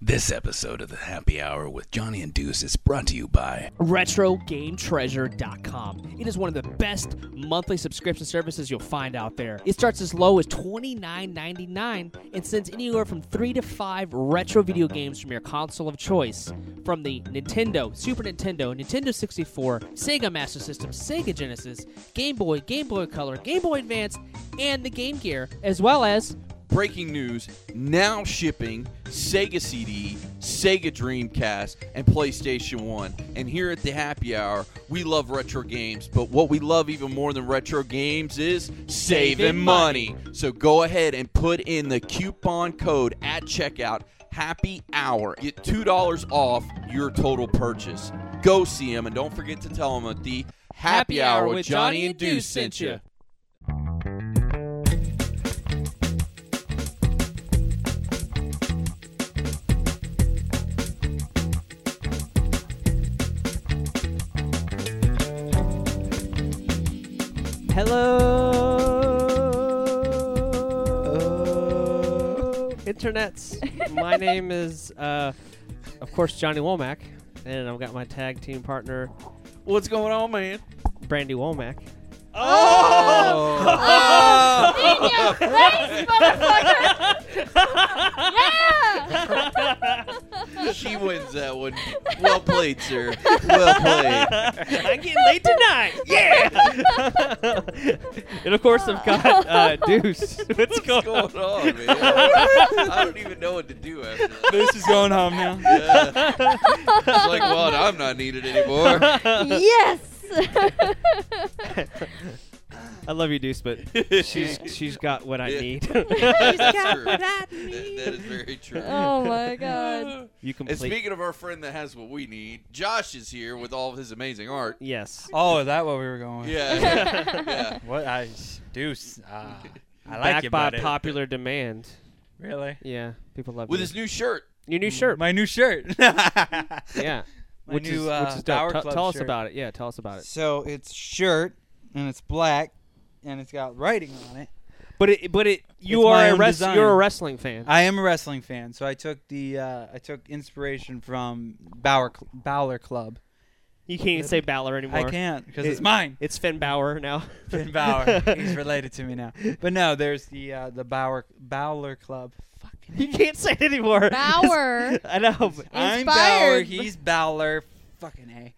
This episode of the Happy Hour with Johnny and Deuce is brought to you by RetroGameTreasure.com. It is one of the best monthly subscription services you'll find out there. It starts as low as $29.99 and sends anywhere from three to five retro video games from your console of choice, from the Nintendo, Super Nintendo, Nintendo 64, Sega Master System, Sega Genesis, Game Boy, Game Boy Color, Game Boy Advance, and the Game Gear, as well as breaking news now shipping Sega CD, Sega Dreamcast, and PlayStation 1. And here at the happy hour, we love retro games, but what we love even more than retro games is saving money. So go ahead and put in the coupon code at checkout happy hour. Get $2 off your total purchase. Go see them and don't forget to tell them that the happy, hour with Johnny and Deuce sent you. Hello, internets. my name is, uh, of course, Johnny Womack, and I've got my tag team partner, What's going on, man? Brandy Womack. Oh! In your face, motherfucker! yeah! She wins that one. Well played, sir. Well played. I'm getting late tonight. Yeah. and of course, I've got uh, Deuce. What's going on? What's going on, man? I don't even know what to do after that. This is going home now. Yeah. It's like, well, I'm not needed anymore. yes! I love you, Deuce, but she's she's got what I Yeah. need. That's true. That, that is very true. oh my god. you And complete. speaking of our friend that has what we need, Josh is here with all of his amazing art. yes. Oh, is that what we were going with? Yeah. yeah, yeah. What I Deuce. Ah, I like Back you, by buddy. popular demand. Really? Yeah, people love With you. his new shirt. your new shirt. My new shirt. yeah. My which new, is, uh, which is dope. Power Tell- Club tell us shirt. about it. Yeah, tell us about it. So it's shirt and it's black and it's got writing on it. But it, but it, you It's my are a own wrest- design. you're a wrestling fan. I am a wrestling fan, so I took the uh, I took inspiration from Bauer Cl- Bowler Club. you can't even say Balor anymore. I can't because It- it's mine. It's Finn Balor now. Finn Bauer, he's related to me now. But no, there's the uh, the Bauer Bowler Club. you can't say it anymore. Bauer. I know. But, I'm Bauer, Inspired. he's Bowler. Fucking a.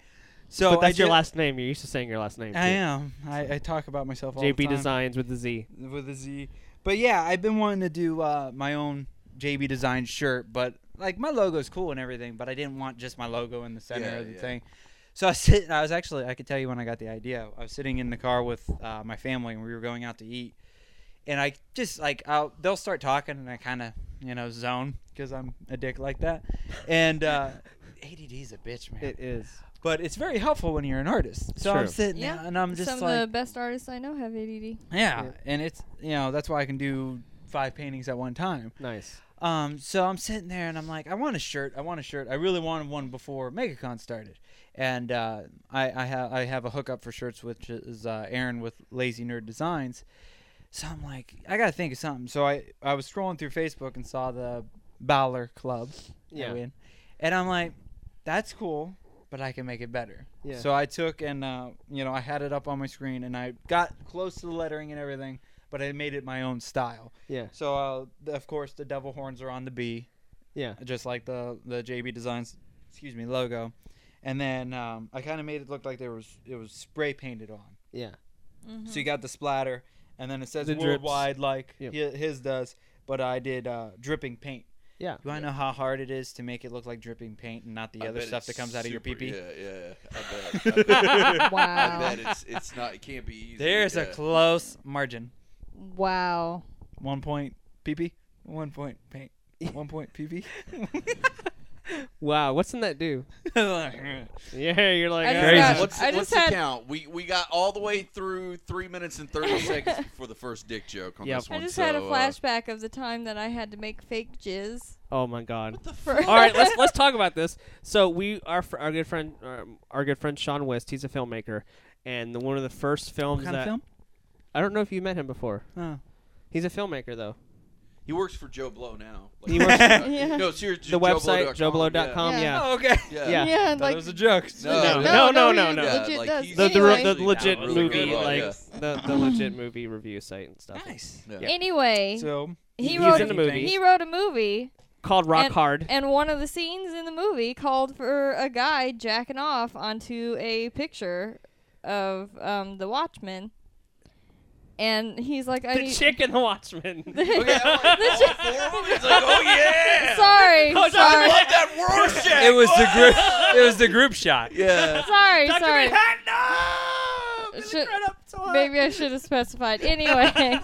So but I that's your did- last name. You're used to saying your last name. I too. am. I, I talk about myself all the JB time. Designs with the Z. with a Z. But yeah, I've been wanting to do uh, my own JB design shirt, but like my logo's cool and everything, but I didn't want just my logo in the center Yeah, of the yeah. thing. So I was sitting. I was actually. I could tell you when I got the idea. I was sitting in the car with uh, my family, and we were going out to eat. And I just like I'll, they'll start talking, and I kind of you know zone because I'm a dick like that. And uh, ADD's a bitch, man. is. but it's very helpful when you're an artist. So I'm true. sitting Yeah. there, and I'm just Some like, of the best artists I know have ADD. yeah, Yeah. and it's you know that's why I can do five paintings at one time. Nice. Um, so I'm sitting there and I'm like, I want a shirt. I want a shirt. I really wanted one before MegaCon started, and uh, I, I have I have a hookup for shirts, which is uh, Aaron with Lazy Nerd Designs. So I'm like, I gotta think of something. So I I was scrolling through Facebook and saw the Bowler Club, I Yeah. win. and I'm like, that's cool, but I can make it better. Yeah. So I took and uh, you know I had it up on my screen and I got close to the lettering and everything, but I made it my own style. Yeah. So uh, the- of course the devil horns are on the B, Yeah. just like the the JB Designs, excuse me, logo. And then um, I kind of made it look like there was it was spray painted on. Yeah. So you got the splatter, and then it says The drips. worldwide like Yeah. hi- his does, but I did uh, dripping paint. Yeah. You want to know how hard it is to make it look like dripping paint and not the I other bet stuff that it's comes out of your super- pee pee? Yeah, yeah. I bet. I bet, I Wow. bet it's, it's not, it can't be easy. There's yeah. a close margin. Wow. One point pee pee, one point paint, one point pee pee. Wow. What's in that do? Crazy. Yeah. You're like. I just uh, got- What's, I what's just had- the count? We we got all the way through three minutes and thirty seconds before the first dick joke on Yep. this I one. I just had a so, uh, flashback of the time that I had to make fake jizz. oh my God. For All right, let's let's talk about this. So we our fr- our good friend um, our good friend Sean West. He's a filmmaker, and the, one of the first films What kind that of film? I don't know if you met him before. Oh. He's a filmmaker though. He works for Joe Blow now. Like, He works- Yeah. No, seriously. The website, JoeBlow.com. Yeah. Yeah. Oh, okay. Yeah. Yeah. yeah. Yeah, That like was a joke. No, No, no, no, he no. Yeah, Legit like, does. he's- The, the, re- Oh, anyway, the Anyway. legit That was a good movie, one, like yeah. the, the legit movie review site and stuff. Nice. anyway So he He's wrote in a, the movie. he wrote a movie, Called Rock And- Hard. and one of the scenes in the movie called for a guy jacking off onto a picture of um, the Watchman, and he's like, "I the need." chick in The Watchmen. Okay, I'm like, all four of them? He's like, oh yeah. Sorry, Oh, I sorry, love that Rorschach. It was the group. It was the group shot. Yeah. sorry, Dr. sorry. Manhattan! No! Should- Right up so high. Maybe I should have specified. Anyway,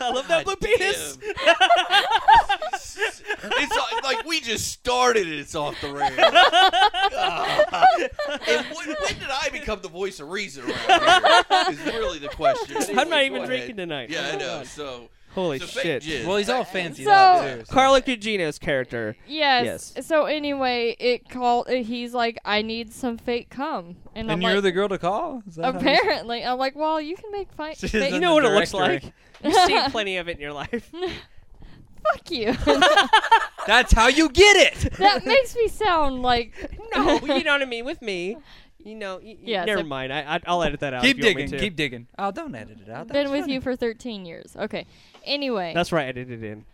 I love that blue penis. It's like- like we just started it. It's off the rails. Ah. And when, when did I become the voice of reason around here? Is really the question. I'm not Anyway, even go drinking ahead. tonight. Oh Yeah, I know. So Holy so shit. fake jizz. Well, he's all fancy So- up too. so- Carla Cugino's character. yes. So anyway, it called. uh, He's like, "I need some fake cum," and, I'm And you're like, the girl to call. Is that how you- apparently, I'm like, "Well, you can make fi- She's fake you in know the what it looks like. directory. You've seen plenty of it in your life. fuck you." That's how you get it. that makes me sound like No, you know what I mean. With me, you know. Y- y- Yeah, never so- mind. I, I I'll edit that out. keep if you want me digging. to. Keep digging. Oh, don't edit it out. That been was with funny. you for 13 years. Okay. Anyway. That's right. Edit it in.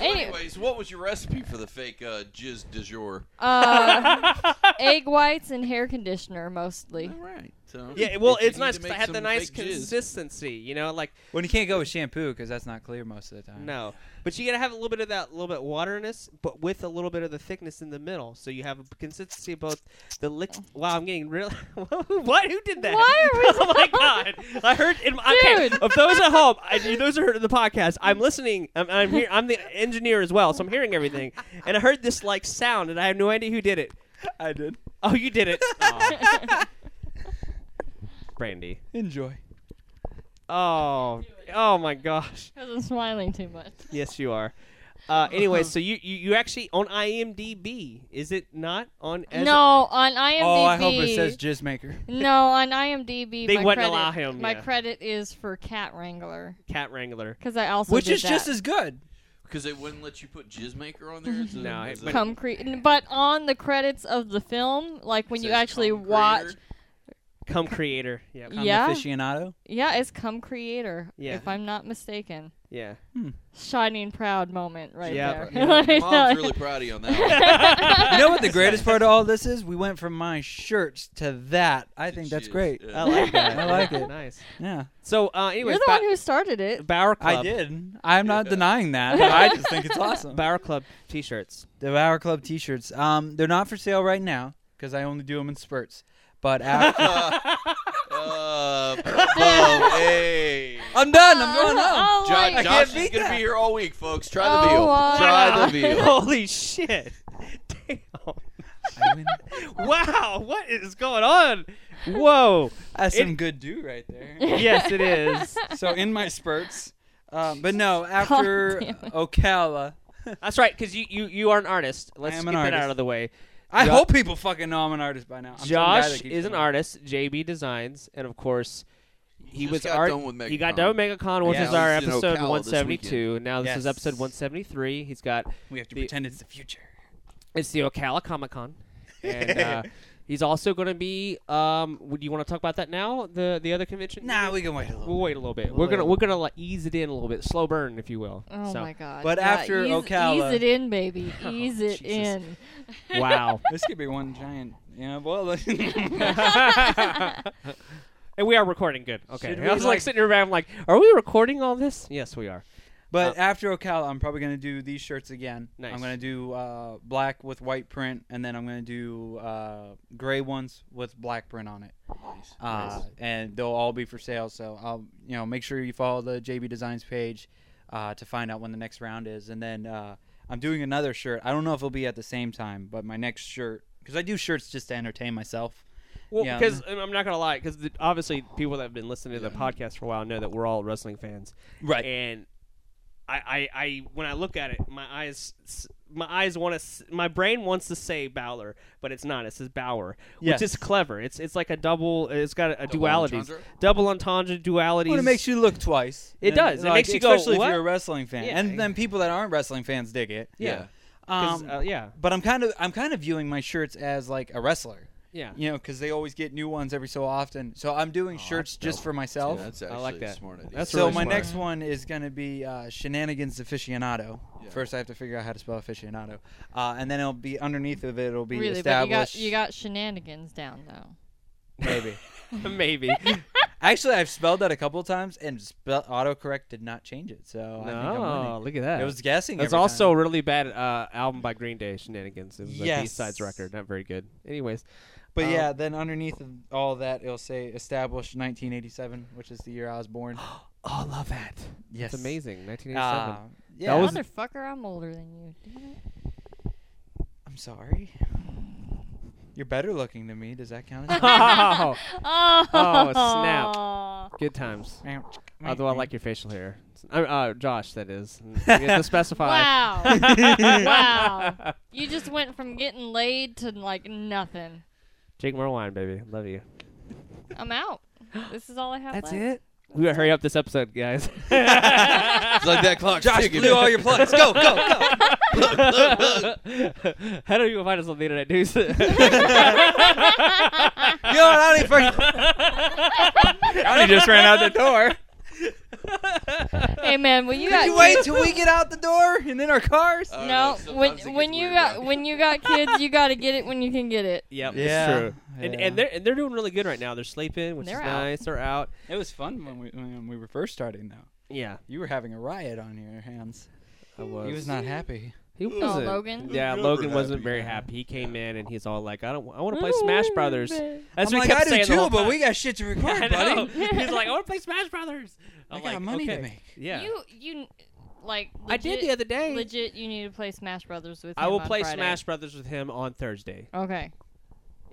Any- anyways, what was your recipe for the fake uh, jizz du jour? uh, egg whites and hair conditioner mostly. All right. So Yeah. Well, if you it's need nice to because I make had the some nice fake jizz. consistency. You know, like When you can't go with shampoo because that's not clear most of the time. no, but you gotta have a little bit of that, little bit wateriness, but with a little bit of the thickness in the middle, so you have a consistency of both the lick. Wow, I'm getting real. what? Who did that? Why are we- oh my god! I heard. In, okay, Dude. of those at home, I, those are heard in the podcast. I'm listening. I'm, I'm here. I'm the engineer as well, so I'm hearing everything, and I heard this like sound, and I have no idea who did it. I did. Oh, you did it. Brandy. Enjoy. Oh, oh my gosh. Because I'm smiling too much. Yes, you are. Uh, Uh-huh. anyway, so you, you you actually on IMDb? Is it not on? as- no, on IMDb. Oh, I hope it says jizz maker. No, on IMDb. They my wouldn't credit, allow him, My yeah. credit is for cat wrangler. cat wrangler. Because I also Which did is just that. as good. Because they wouldn't let you put jizz maker on there. as a- No, as it- a- cum cre- but on the credits of the film, like when it you says actually cum watch, creator. Come creator. Yeah. I'm Yeah. aficionado. yeah, it's cum creator, Yeah. if I'm not mistaken. Yeah. shining proud moment right Yep. there. Let me tell Mom's you. really proud of you on that. you know what the greatest part of all this is? We went from my shirts to that. I think that's Jizz, great. yeah. I like that. I like it. Nice. Yeah. So, uh, You're anyways, the Ba- one who started it. Bauer Club. I did. I'm not denying that. I just think it's awesome. Bauer Club t-shirts. The Hour Club T-shirts. Um, they're not for sale right now because I only do them in spurts. But after Uh, bravo, hey. I'm done. I'm going home. Oh, Josh, my- Josh is beat gonna that. be here all week, folks. Try Oh, the veal. wow. Try the veal. Holy shit! Damn. I win. Wow, what is going on? Whoa. That's It- some good do right there. yes, it is. so in my spurts. Um, but no, after Ocala, That's right, because you, you you are an artist. Let's get I am that an artist. out of the way. I Jo- hope people fucking know I'm an artist by now. I'm some guy that Josh keeps is an coming. artist. JB Designs, and of course, he just was got art. done with he got MegaCon. done with MegaCon, which Yeah, is our he's in Ocala episode this 172. Now this is Yes. episode 173. He's got We have to the- pretend it's the future. it's the Ocala Comic Con, and uh, he's also going to be. Um, would you want to talk about that now? The the other convention? Nah, we can wait a little. We'll wait a little bit. We'll we're wait gonna a we're gonna like, ease it in a little bit, slow burn, if you will. Oh so, my god. But Yeah, after ease, Ocala- Ease it in, baby. Ease it Jesus. in. Wow. This could be one giant. Yeah, well, and we are recording good. Okay. Should I we, was like, like- sitting here, I'm like, are we recording all this? Yes, we are. But after Ocala, I'm probably going to do these shirts again. Nice. I'm going to do uh, black with white print, and then I'm going to do uh, gray ones with black print on it. Nice. Uh, And they'll all be for sale. So I'll, you know, make sure you follow the JB Designs page uh, to find out when the next round is. And then uh, I'm doing another shirt. I don't know if it'll be at the same time, but my next shirt, because I do shirts just to entertain myself. Well, Yeah. because and I'm not gonna lie, because obviously people that have been listening to the podcast for a while know that we're all wrestling fans, Right. And I, I, I when I look at it, my eyes s- my eyes want to my brain wants to say Bowler, but it's not. It says Bauer, Yes. which is clever. It's it's like a double. It's got a, duality, entendre? double entendre duality. Well, it makes you look twice. It And, does. It like, makes you go, especially "What?" if you're a wrestling fan, Yeah. and then people that aren't wrestling fans dig it. Yeah. Um, uh, yeah, but I'm kind of I'm kind of viewing my shirts as like a wrestler. yeah. You know, because they always get new ones every so often. So I'm doing shirts just for myself. Yeah, that's actually I like a that. smart idea. That's so really my smart. next one is going to be uh, shenanigans aficionado. Yeah. First, I have to figure out how to spell aficionado, uh, and then it'll be underneath of it. It'll be really, but you established. got you got shenanigans down though. maybe. Maybe. Actually, I've spelled that a couple of times, and spell autocorrect did not change it. So I think I'm oh, winning. look at that. It was guessing. It's every time. also a really bad uh, album by Green Day, Shenanigans. It was a Yes. B-sides record, not very good. Anyways, But Um, yeah, then underneath of all that, it'll say established 1987, which is the year I was born. oh, love that. yes, It's amazing. 1987. Uh, yeah, was- Motherfucker, I'm older than you. Damn it. I'm sorry. You're better looking than me. Does that count? As oh, Oh, Oh, good times. Although I like your facial hair. It's- Uh, uh, Josh, that is. You have to specify. Wow. wow. You just went from getting laid to like nothing. Drink more wine, baby. Love you. I'm out. This is all I have left. it. We gotta hurry up this episode, guys. It's like that clock. Josh blew all your plugs. Go, go, go. How do you find us on the internet, dudes? You know what? I don't even fucking- Johnny just ran out the door. Hey man, when you got You wait till we get out the door and in our cars. Um, No, when when you got when you got kids, you got to get it when you can get it. yep, Yeah. it's true. And, Yeah. and they're and they're doing really good right now. They're sleeping, which They're is out. nice. They're out. It was fun when we when we were first starting though. Yeah, You were having a riot on your hands. I was. He was not happy. He Oh, wasn't. Logan? Yeah, Never Logan wasn't happy. very happy. He came in and he's all like, "I don't. I want to play Smash Brothers." That's I'm what like, he kept I do saying the too, whole but time. we got shit to record, I buddy. know. He's like, I want to play Smash Brothers. I'm I got like, money okay. to make. Yeah. You you like I did legit- the other day. Legit, you need to play Smash Brothers with. I him will on play Friday. Smash Brothers with him on Thursday. Okay.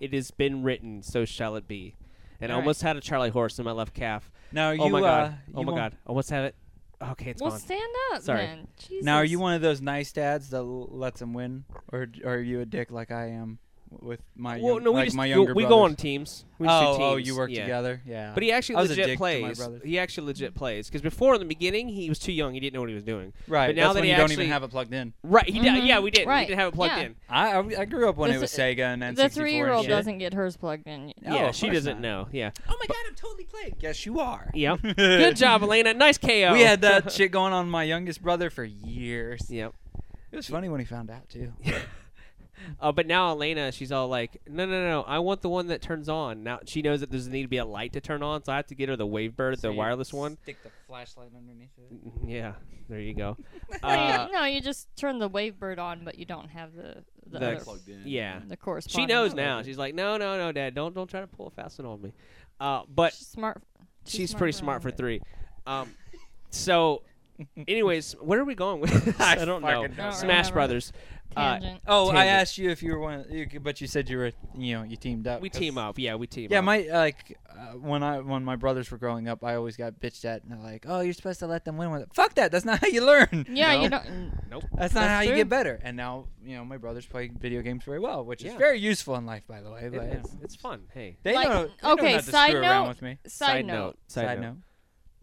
It has been written, so shall it be. And I All right. almost had a Charlie horse in my left calf. Now are you, oh my uh, god. Oh you my one- god. Almost had it. Okay, it's Well, gone. stand up Sorry. then. Jesus. Now are you one of those nice dads that l- lets them win, or, d- or are you a dick like I am with my well, young, no, we like just my go- younger we go on brothers? teams. We just do oh, oh, teams. you work Yeah. together, yeah. But he actually I was a legit dick to my plays. brothers. He actually legit plays because before in the beginning he was too young. He didn't know what he was doing. right but now that's that when he you don't actually- even have it plugged in. Right. He did, Mhm. yeah, we did. We Right. didn't have it plugged Yeah. in. I I I grew up when The it was th- Sega and then The three-year-old shit. doesn't get hers plugged in. yet. Oh, yeah, of she course doesn't know. Yeah. Oh my god, I'm totally playing. Yes, you are. Yep. Good job, Elena. Nice KO. We had that shit going on with my youngest brother for years. Yep. It was funny when he found out too. Uh, but now Elena, she's all like, "No, no, no! I want the one that turns on." Now she knows that there's a need to be a light to turn on, so I have to get her the Wavebird, the wireless one. Mm-hmm. Stick the flashlight underneath it. Yeah, there you go. No, you- Uh, no, you just turn the Wavebird on, but you don't have the the, The- other, plugged in. yeah, the corresponding. she knows now. She's like, "No, no, no, Dad! Don't, don't try to pull a fast one on me." Uh, but She's smart. she's pretty smart for all of it. three. Um, so, anyways, where are we going with? This? I don't know. fucking don't Smash remember. Brothers. Uh, Tangent. Oh, I Tangent. asked you if you were one, you, c- but you said you were, you know, you teamed up. we 'cause- team up. Yeah, we team Yeah, up. my like uh, when I when my brothers were growing up, I always got bitched at, and they're like, "Oh, you're supposed to let them win with it." Fuck that. That's not how you learn. yeah, No. you don't. That's not That's how you true. get better. And now, you know, my brothers play video games very well, which Yeah. is very useful in life, by the way. But, It- yeah. it's, it's fun. Hey. They Like, know. They know okay, not to side screw around note- with me. Side, note. Side, note.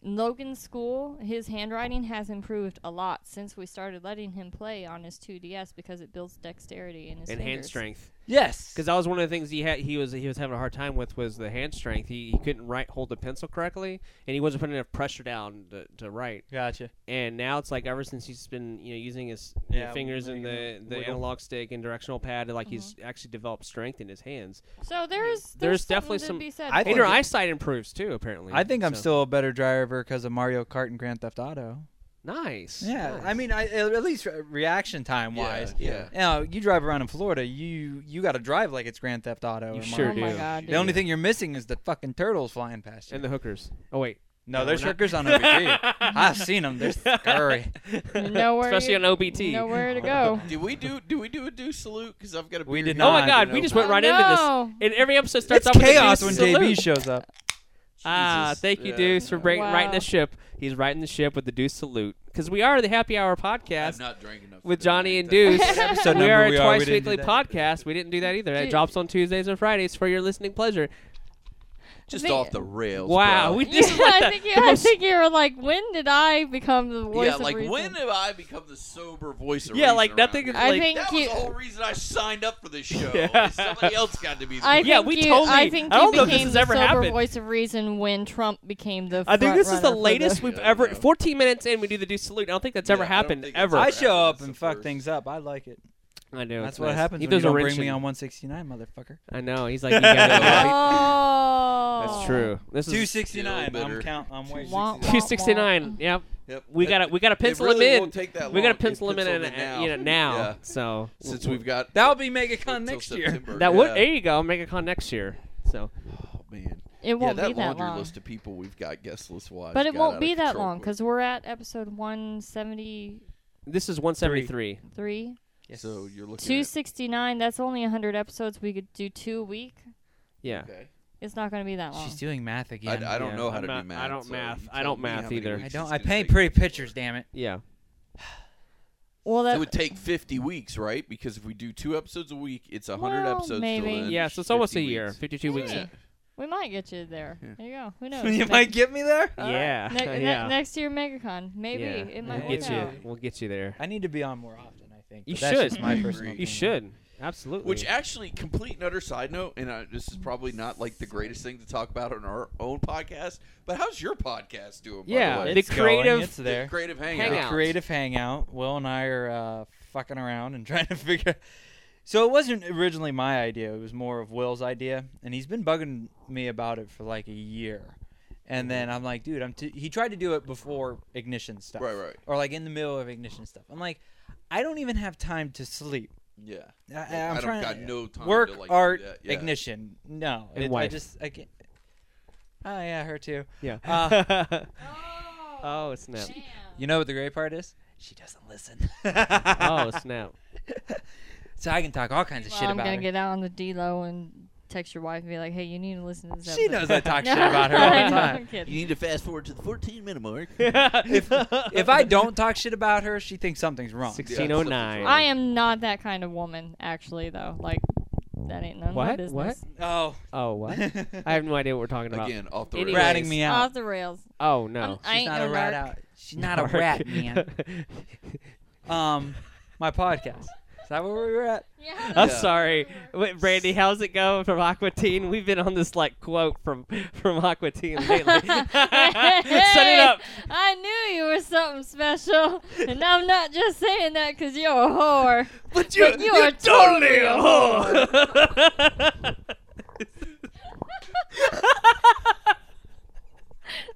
Logan's school, his handwriting has improved a lot since we started letting him play on his 2DS because it builds dexterity in his And hand fingers. strength. Yes. Because that was one of the things he had. He was he was having a hard time with was the hand strength. He, he couldn't write hold the pencil correctly, and he wasn't putting enough pressure down to, to write. Gotcha. And now it's like ever since he's been you know using his you know, Yeah, fingers and the making it the wiggle. analog stick and directional pad, like he's Mm-hmm. actually developed strength in his hands. So there is there's, There's definitely something some- to be said. I for And think your it- eyesight improves too, apparently. I think I'm So- still a better driver because of Mario Kart and Grand Theft Auto. nice. Yeah, nice. I mean, uh, I, at least re- reaction time wise. Yeah, You, know, you drive around in Florida, you you got to drive like it's Grand Theft Auto. You or sure oh Mario. do. my dude. god! The only thing you're missing is the fucking turtles flying past you. and the hookers. Oh wait, no, No, there's we're not- hookers on OBT. I've seen them. They're scary. dude. nowhere especially you, on OBT. nowhere to go. Did we do? Do we do a do salute? Because I've got a. We beer did here. Oh not. my god, Nah, we dude, just no. went right oh, into this. no. And every episode starts It's off with a chaos when salute. JB shows up. Ah, Jesus. thank you, Yeah. Deuce, for break- Wow. writing the ship. He's writing the ship with the Deuce salute because we are the Happy Hour I'm podcast not drinking enough. with for that. Johnny and Deuce. Episode we number are a we are, we twice didn't do weekly that. podcast. We didn't do that either. It Dude. drops on Tuesdays and Fridays for your listening pleasure. Just They- off the rails. Wow, bro. we this is like I the, think you, the I most- think you were like, when did I become the voice yeah, of like reason? when have I become the sober voice of yeah, reason like around nothing. here? Is I like, think That you. was the whole reason I signed up for this show. Yeah. Somebody else got to be. The I Yeah, think we you, totally- I think I you don't know if this became has the ever sober happened. voice of reason when Trump became the. I think this is the frontrunner for latest The, we've Yeah, ever. yeah. 14 minutes in, we do the Deuce salute. I don't think that's Yeah, ever I don't happened think it's ever. ever I happened. show up That's and the fuck first. things up. I like it. I know. That's it's what nice. happens He when you throws a don't wrench bring me in- on 169, motherfucker. I know. He's like, you gotta- oh, that's true. This is 269. Feel better. I'm count. I'm waiting. Wah, wah, 269. Yep. Yep. We It- gotta we gotta it pencil really him in. won't take that We gotta long. It's pencil him in penciled and, uh, you know, now. Yeah. So Since we've got That'll be MegaCon until next year. September. that would yeah. there you go. Make a con next year. So Oh, man. It Yeah, won't that be that laundry long. list of people we've got guest list wise. But it won't be that long because we're at episode 173. this is 173. so you're looking. 269, that's only 100 episodes. We could do two a week. Yeah. At, okay. It's not going to be that long. She's doing math I, again. I don't Yeah, know how I'm to not- do I math. don't so math. you I tell don't me math how many either. weeks I it's don't. I gonna paint take. pretty pictures. Damn it. Yeah. well, that, It would take 50 weeks, right? Because if we do two episodes a week, it's 100 Well, episodes. till maybe. then, Yeah, so it's almost a 50 year. weeks. 52 weeks. Hey, we might get you there. There you go. Who knows? you Ne- might get me there. Yeah. ne- ne- yeah. next year, MegaCon. Maybe. Yeah. It might we'll get work you. out. We'll get you there. I need to be on more often. I think. You but That's just should. my Mhm. personal. You opinion. should. Absolutely. Which actually, complete and utter side note, and I, this is probably not like the greatest thing to talk about on our own podcast, but how's your podcast doing? Yeah, by the way? the It's going, creative- It's The there. creative hangout. Hangout. Creative hangout. Will and I are uh, fucking around and trying to figure. So it wasn't originally my idea. It was more of Will's idea, and he's been bugging me about it for like a year. Mm-hmm. And then I'm like, dude, I'm. Too... He tried to do it before ignition stuff, Right, right. Or like in the middle of ignition stuff. I'm like, I don't even have time to sleep. Yeah, I, Like, I'm I trying don't got to no time. work, to, like, do art, that. yeah. ignition. No, And it, I wife. just I can't. Oh yeah, her too. Yeah. uh, oh snap. You know what the great part is? She doesn't listen. Oh snap. so I can talk all kinds of Well, shit I'm about going her. to get out on the D-Lo and text your wife and be like, hey, you need to listen to this She episode. knows I talk No, shit about her all I the know, time. I'm kidding. need to fast forward to the 14 minute mark. If I don't talk shit about her, she thinks something's wrong. 1609. I am not that kind of woman, actually, though. Like, that ain't none What? of my What? business. Oh, Oh what? I have no idea what we're talking about. Again, off the Anyways. rails. ratting me out. Off the rails. Oh I'm- no. I She's ain't not a no rat narc. out. She's not a rat, man. Um, my podcast. Is that where we were at? Yeah, I'm Yeah. sorry, Wait, Brandy. How's it going from Aqua Teen? We've been on this like quote from from Aqua Teen lately. Set it up. I knew you were something special, and I'm not just saying that because you're a whore. But you- But you you're are totally totally a a whore.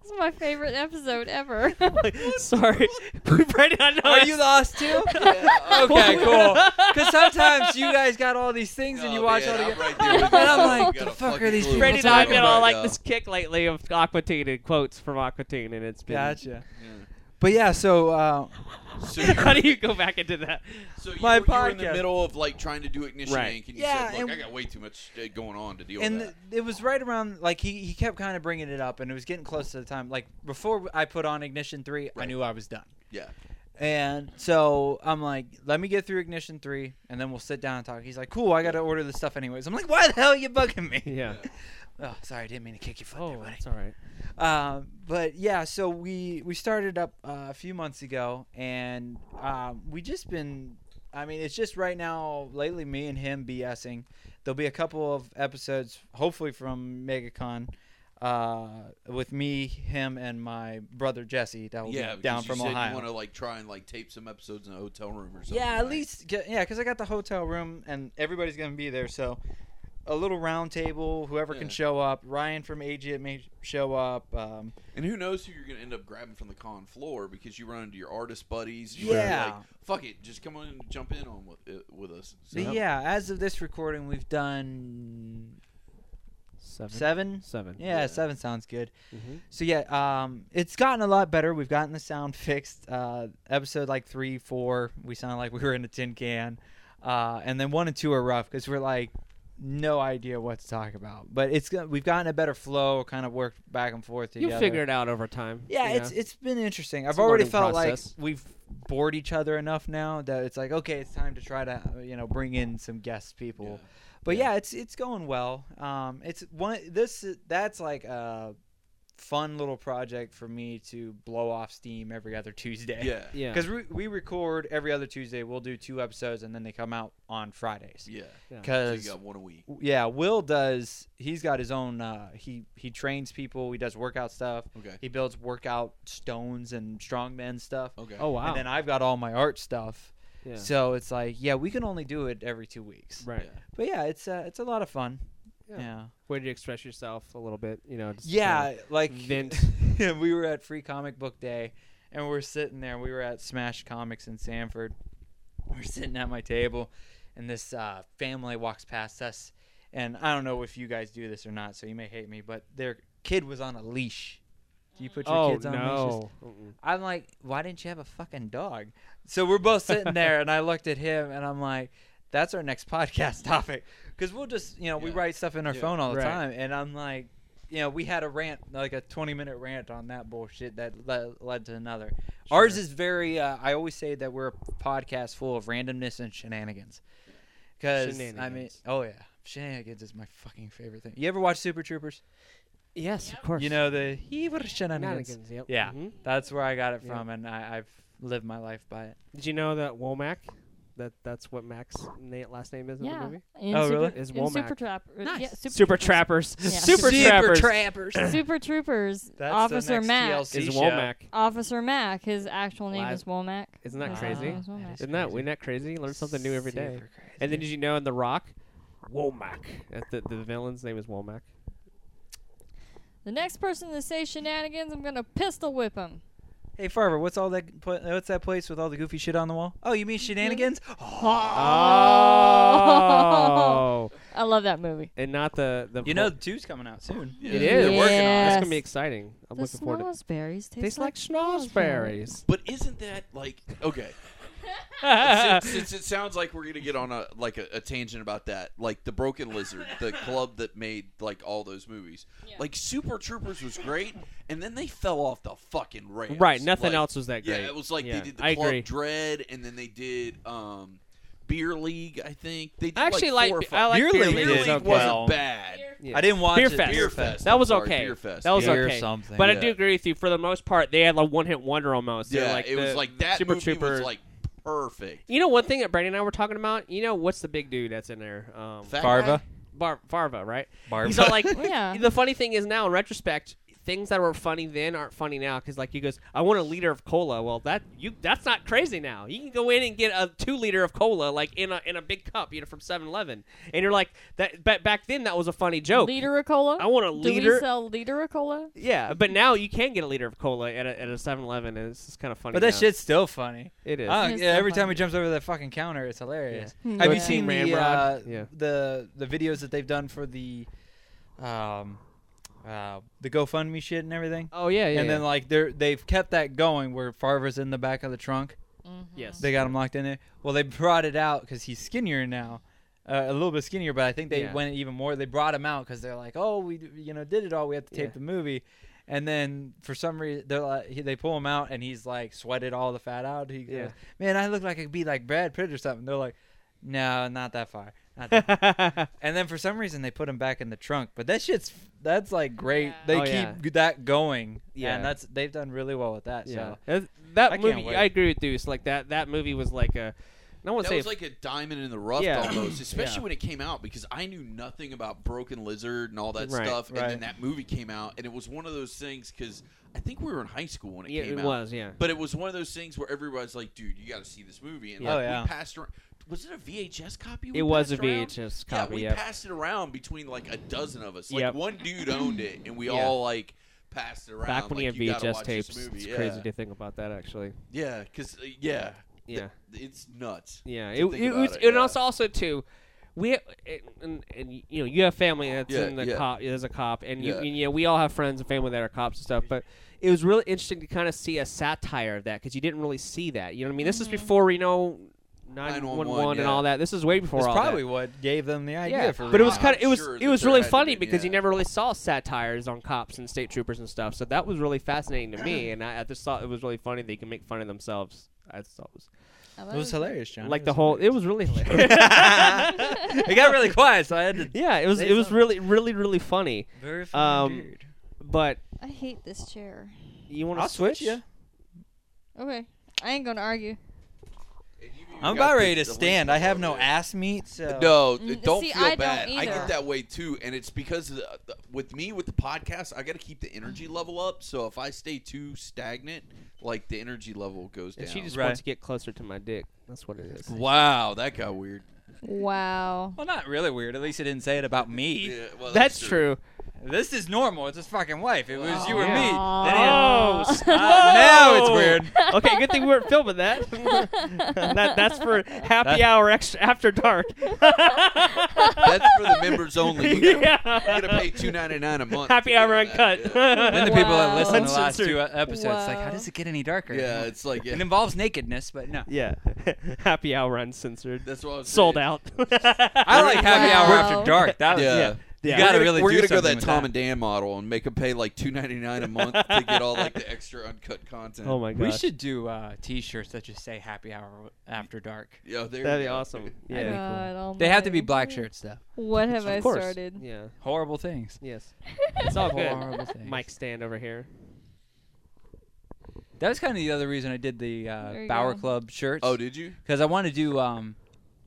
It's my favorite episode ever. sorry, Brandy. I know. Are I- you lost too? Yeah, Okay, cool. Because sometimes you guys got all these things and you Oh, watch man, all the. I'm right there with And I'm you. like, You what got the a fuck are fucking these clue. people Brandy and I've talking been on about, like yeah. this kick lately of Aqua Teen and quotes from Aqua Teen, and it's been. Gotcha. But yeah, so uh, So you How do you go back into that? So you, My were, you were in the podcast. middle of like trying to do ignition Right. Inc. and you Yeah, said, "Look, and- I got way too much uh, going on to deal and with." th- it was right around like he, he kept kind of bringing it up, and it was getting close to the time. Like before I put on Ignition three, I Right. knew I was done. that. And so I'm like, let me get through Ignition 3, and then we'll sit down and talk. He's like, cool, I got to order this stuff anyways. I'm like, why the hell are you bugging me? Yeah. Oh, sorry, I didn't mean to kick your foot there, Oh, buddy. that's all right. Um, but yeah, so we, we started up uh, a few months ago, and um, we just been, I mean, it's just right now, lately, me and him BSing. There'll be a couple of episodes, hopefully from MegaCon. Uh, with me, him, and my brother Jesse, that will Yeah, yeah. be down because from you said Ohio. You want to like try and like tape some episodes in a hotel room or something? Yeah, right? at least get, yeah, because I got the hotel room and everybody's gonna be there, so a little round table, whoever Yeah. can show up. Ryan from AG may show up. Um, And who knows who you're going to end up grabbing from the con floor because you run into your artist buddies. and You're Yeah. like, fuck it, just come on and jump in on with, uh, with us. So, but yeah, as of this recording, we've done Seven. seven. Seven. Yeah, Yeah. seven sounds good. Mhm. So yeah, um, it's gotten a lot better. We've gotten the sound fixed. Uh, episode like three, four, we sound like we were in a tin can, uh, and then one and two are rough because we're like no idea what to talk about. But it's go- we've gotten a better flow, kind of worked back and forth You together. figure it out over time. Yeah, you it's know? it's been interesting. I've a already learning felt process. like we've bored each other enough now that it's like okay, it's time to try to uh, you know bring in some guest people. But yeah. it's it's going well. Um, it's one this that's like a fun little project for me to blow off steam every other Tuesday. Yeah. yeah. Because we, we record every other Tuesday. We'll do two episodes, and then they come out on Fridays. Yeah. So you Because got one a week. yeah, Will does. He's got his own. Uh, he he trains people. He does workout stuff. Okay. He builds workout stones and strongman stuff. Okay. Oh wow. And then I've got all my art stuff. yeah. So it's like, yeah, we can only do it every two weeks. right. Yeah. But yeah, it's uh, it's a lot of fun. Yeah. yeah. Way to express yourself a little bit. You know. Just Yeah, like vent. yeah, we were at Free Comic Book Day, and we're sitting there. We were at Smash Comics in Sanford. We're sitting at my table, and this uh, family walks past us. And I don't know if you guys do this or not, so you may hate me, but their kid was on a leash. Do you put your oh kids on leashes? no. Mm-mm. I'm like, why didn't you have a fucking dog? So we're both sitting there, and I looked at him, and I'm like, that's our next podcast topic, because we'll just, you know, we Yeah. write stuff in our Yeah. phone all the Right. time, and I'm like, you know, we had a rant, like a 20 minute rant on that bullshit that le- led to another. Ours is very. Uh, I always say that we're a podcast full of randomness and shenanigans, because I mean, Shenanigans. oh yeah, shenanigans is my fucking favorite thing. You ever watch Super Troopers? Yes, of course. You know the he was shenanigans. Mannequins, yep. Yeah, Mhm. that's where I got it Yeah. from, and I, I've lived my life by it. Did you know that Womack? That that's what Mac's na- last name is in the Yeah. movie. In Oh, super, really? Is in Womack. Super Trap. Yeah, super, Super Trappers. Yeah. Super, Trappers trappers. Super Troopers. Officer Mac. is Womack. Officer Mac. His actual name Live- is Womack. Isn't that His crazy? name is Womack. Isn't that isn't that crazy? Learn something new every day. And then did you know in The Rock, Womack? That the the villain's name is Womack. The next person to say shenanigans, I'm gonna pistol whip him. hey Farver, what's all that? pla- What's that place with all the goofy shit on the wall? Oh, you mean shenanigans? Oh. I love that movie. and not the the. You know, two's coming out soon. Yeah. it is. They're working on it. That's gonna be exciting. I'm the looking forward to. snozberries taste, it. Tastes like schnozberries. But isn't that like okay? since, since it sounds like we're gonna get on a like a, a tangent about that, like the Broken Lizard, the club that made like all those movies, like Super Troopers was great, and then they fell off the fucking rails. Right, nothing Like, else was that Yeah, great. it was like Yeah, they did the I Club agree. Dread, and then they did um, Beer League. I think they did, I actually like, four like- or I five- like Beer Beer League League Beer did League okay. well. wasn't bad. Yeah. I didn't watch Beer it. fest. Beer Fest. That was sorry, okay. Beer Fest. That was yeah. Beer okay. something. But I Yeah. do agree with you. For the most part, they had like one hit wonder almost. They're Yeah, like it the was like that Super movie Trooper. was like perfect. you know, one thing that Brady and I were talking about. You know, what's the big dude that's in there? Um, Fat Farva. guy? Bar- Farva, right? Barb. He's all like, Oh, Yeah. The funny thing is now, in retrospect, things that were funny then aren't funny now because like he goes, I want a liter of cola. Well, that you that's not crazy now. You can go in and get a two liter of cola like in a in a big cup, you know, from 7-Eleven, and you're like that. But back then, that was a funny joke. Liter of cola. I want a Do liter. we sell liter of cola? yeah, but now you can get a liter of cola at a at a 7-Eleven, and it's just kind of funny. but that now. shit's still funny. it is. Oh, It's yeah, so every time funny. he jumps over that fucking counter, it's hilarious. Yeah. Have Yeah. you seen the, uh, Ramrod? Yeah. the the videos that they've done for the um uh, the GoFundMe shit and everything? oh yeah, yeah. and then yeah. like they're they've kept that going where Farver's in the back of the trunk. yes, They got him locked in there. Well, they brought it out because he's skinnier now, uh, a little bit skinnier. But I think they Yeah. went even more. They brought him out because they're like, oh, we you know did it all. We have to tape Yeah. the movie. And then for some reason they're like, he, they pull him out and he's like sweated all the fat out. He goes, Yeah. man, I look like I could be like Brad Pitt or something. They're like, no, not that far. Not that far." and then for some reason they put him back in the trunk. But that shit's that's like great. Yeah. They Oh, keep yeah. g- that going. Yeah. Yeah, and that's they've done really well with that. Yeah, So That- that I can't movie. wait. I agree with Deuce. Like that, that movie was like a. I want to That say was like a diamond in the rough Yeah. almost, especially Yeah. when it came out because I knew nothing about Broken Lizard and all that Right, stuff. And right. then that movie came out, and it was one of those things because I think we were in high school when it yeah, it came out. was yeah. But it was one of those things where everybody's like, "Dude, you got to see this movie." And Yeah. like, Oh, yeah. we passed around. Was it a VHS copy? we It was a passed around? VHS Yeah, copy. we Yeah, passed it around between like a dozen of us. Like Yep. one dude owned it, and we Yeah. all like passed it around. back when like, you had gotta VHS watch this tapes. movie. It's yeah. crazy to think about that actually. Yeah, because uh, yeah, Yeah, it's nuts. yeah. It, To think it about was, it, and yeah. also, also too, we and, and, and you know you have family that's Yeah, in the yeah. cop as a cop, and you, Yeah. and, you know, we all have friends and family that are cops and stuff, but. It was Mm-hmm. really interesting to kind of see a satire of that because you didn't really see that. You know what I mean? This is before you know 911 and yeah. all that. This is way before That's all probably that. what gave them the idea Yeah, for. but it was Wow. kind of it was Sure it was that there really had to funny be, because you yeah. never really saw satires on cops and state troopers and stuff. So that was really fascinating to me, and I, I just thought it was really funny they can make fun of themselves. I just thought it was I It love was hilarious, John. like It the was whole. hilarious. It was really hilarious. it got really quiet, so I had to. yeah, it was Say it was something. really really really funny. Very Um, But I hate this chair. you want I'll to switch you. Okay. I ain't gonna argue. I'm got about the- ready to the link stand. I up have on no there. ass meat, so No, Mm, uh, don't see, feel I don't bad. I either. get that way too, and it's because of the, the- with me with the podcast, I got to keep the energy level up. So if I stay too stagnant, like the energy level goes down. And she just Right. wants to get closer to my dick. That's what it is. wow, that got weird. Wow. Well, not really weird. At least it didn't say it about me. Yeah, well, That's true. This is normal. It's his fucking wife. It was you or Yeah. me. Then he- Oh, Oh. s- Uh, now it's weird. okay, good thing we weren't filming that. that that's for happy That- hour extra after dark. That's for the members only. You gotta, yeah. you gotta pay two ninety nine a month. Happy to get hour that. uncut. Yeah. Then the people that Wow. listened to the last Uncensored. two episodes, like, how Wow. does it get any darker? Yeah, it's like It yeah, involves nakedness, but no. yeah. happy hour uncensored. that's what I was Sold saying. out. I like happy hour Wow. after dark. That was Yeah. Yeah. Yeah. You gotta we're really gonna, we're gonna do go something that with Tom that. and Dan model and make them pay like two ninety nine a month to get all like the extra uncut content. oh my gosh. We should do uh, T-shirts that just say "Happy Hour After Dark." Yeah, there That'd be you go. awesome. God Yeah. They have to almighty. be black shirts, though. Oh, What have I of course. started? Yeah. Horrible things. Yes. It's all good. Horrible things. Mike stand over here. That was kind of the other reason I did the There uh, you Bauer go. Club shirts. Oh, did you? because I want to do um,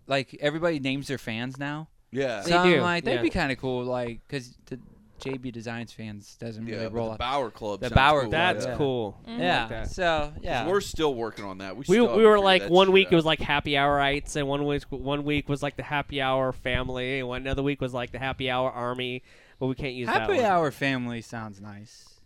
like everybody names their fans now. Yeah. so They I'm do, like, that'd yeah. be kind of cool, like because the JB Designs fans doesn't Yeah, really but roll the up. Bauer Club. The sounds Bauer cool. Club, That's yeah. yeah. cool. yeah, that. so yeah, We're still working on that. We We, still haven't we were figured like that one shit week it out. was like happy hour rights and one week one week was like the happy hour family and one another week was like the happy hour army but we can't use happy that hour family sounds nice.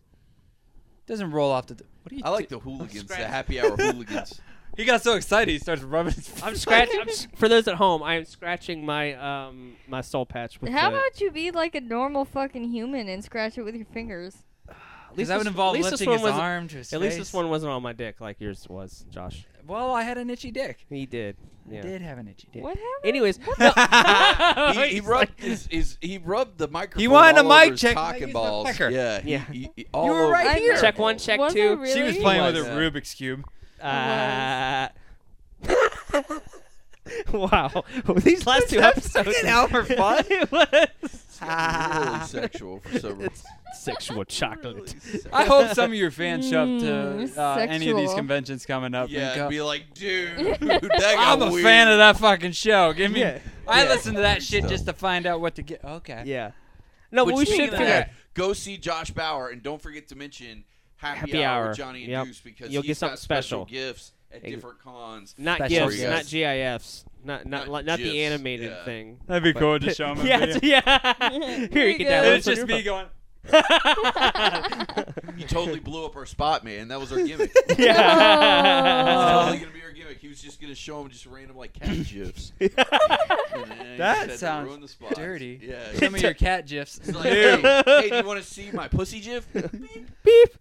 Doesn't roll off the. Th- what are you? I like do- the hooligans, the Scratch. happy hour hooligans. he got so excited, he starts rubbing. His one. I'm scratching I'm, s- for those at home I am scratching my um my soul patch with How the, about you be like a normal fucking human and scratch it with your fingers? at Because least that would this- involve at least this lifting one his wasn't- arm to his at least this face. one wasn't on my dick like yours was Josh Well, I had an itchy dick. he did yeah I did have an itchy dick. What happened? anyways he, he He's rubbed like- his, his he rubbed the microphone. wanted a all over mic his check, cock like and he's a balls. fucker. Yeah, he- Yeah. he- he- all You were over- right I- here. check one check Was I two really? was. Yeah. Rubik's cube. Uh, wow. These last two episodes. fucking out for fun? It was Really sexual for some reason. sexual chocolate. I hope some of your fans show up to uh, Mm, any of these sexual. conventions coming up. and Yeah, go, and be like, dude, that got I'm a weird. fan of that fucking show. Give me. "Oh, Yeah. I Yeah. listen to that shit just to find out what to get. Okay. Yeah. No, but Which, we speaking should of figure out. that, Go see Josh Bauer, and don't forget to mention Happy, Happy Hour, Hour. with Johnny and Yep. Deuce because You'll he's get something got special special. gifts at Ex- different cons. Not Special GIFs, guest. not GIFs, not not Not li- not the GIFs, animated yeah. thing. That'd be But- cool to show 'em a yeah, video. yeah. Here Here you you can go. download And it it's from just your me going. He totally blew up our spot, man. That was our gimmick. phone. Yeah. That's Oh. totally gonna be our gimmick. He was just gonna show him just random like cat gifs. And then he That said they sounds ruined the spots. dirty. Yeah. Some of your cat gifs. He's like, hey, hey, do you want to see my pussy gif? Beep.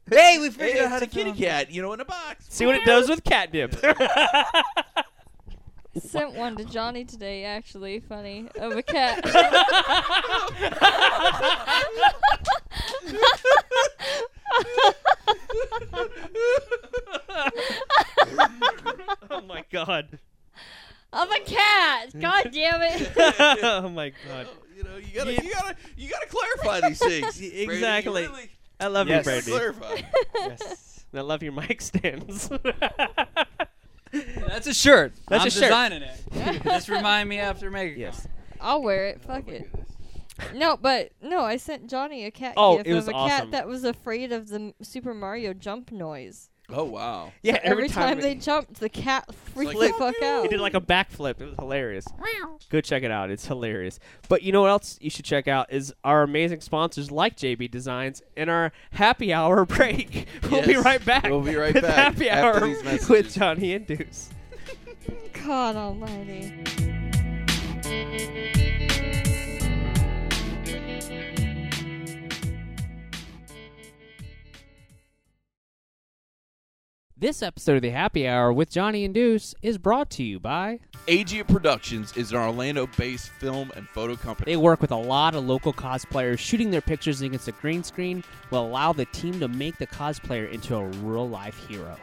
Hey, we figured hey, out how it's to a kitty cat, you know, in a box. See what it does with catnip. Oh. Sent one to Johnny today, actually. Funny. Of a cat. oh my god. of a cat! God damn it! oh my god. You know, you gotta, you gotta, you gotta clarify these things. Y- Brady, exactly. you really I love Yes. you, Brady. clarify. Yes. And I love your mic stands. That's a shirt. That's I'm a shirt. designing it. just remind me after making. yes. I'll wear it. Oh Fuck it. No, but no, I sent Johnny a cat Oh, gift it was of a awesome. cat that was afraid of the M- Super Mario jump noise. Oh wow. Yeah, So every, time, it- they jumped, the cat freaked like- the fuck out. it did like a backflip. It was hilarious. Go check it out. It's hilarious. But you know what else you should check out is our amazing sponsors like JB Designs and our happy hour break. We'll be Yes. right back. We'll be right with back Happy after hour these with messages. Johnny and Deuce. God almighty. This episode of the Happy Hour with Johnny and Deuce is brought to you by. Agia Productions is an Orlando-based film and photo company. They work with a lot of local cosplayers, shooting their pictures against a green screen will allow the team to make the cosplayer into a real life hero.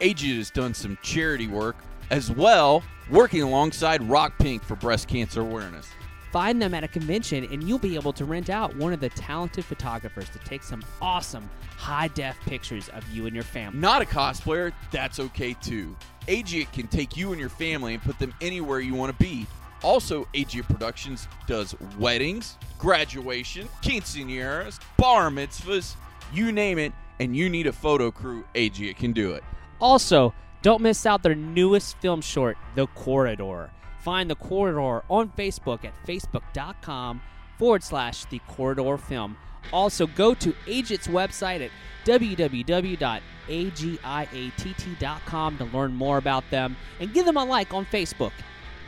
Agia has done some charity work as well, working alongside Rock Pink for breast cancer awareness. Find them at a convention and you'll be able to rent out one of the talented photographers to take some awesome high def pictures of you and your family. Not a cosplayer, that's okay too. Agia can take you and your family and put them anywhere you want to be. Also, Agia Productions does weddings, graduation, quinceañeras, bar mitzvahs, you name it, and you need a photo crew, Agia can do it. Also, don't miss out their newest film short, The Corridor. Find The Corridor on Facebook at facebook.com forward slash The Corridor Film. Also, go to Agit's website at www.agiatt.com to learn more about them and give them a like on Facebook.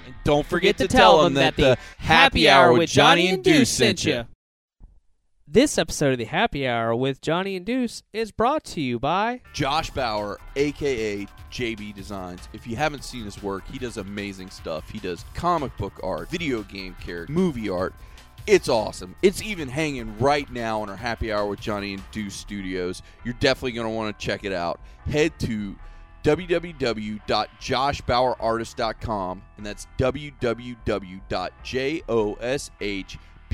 And don't forget, to, tell them that the happy hour with Johnny and Deuce sent you. This episode of the Happy Hour with Johnny and Deuce is brought to you by Josh Bauer, aka JB Designs. If you haven't seen his work, he does amazing stuff. He does comic book art, video game character, movie art. It's awesome. It's even hanging right now in our happy hour with Johnny and Deuce Studios. You're definitely going to want to check it out. Head to www.joshbauerartist.com and that's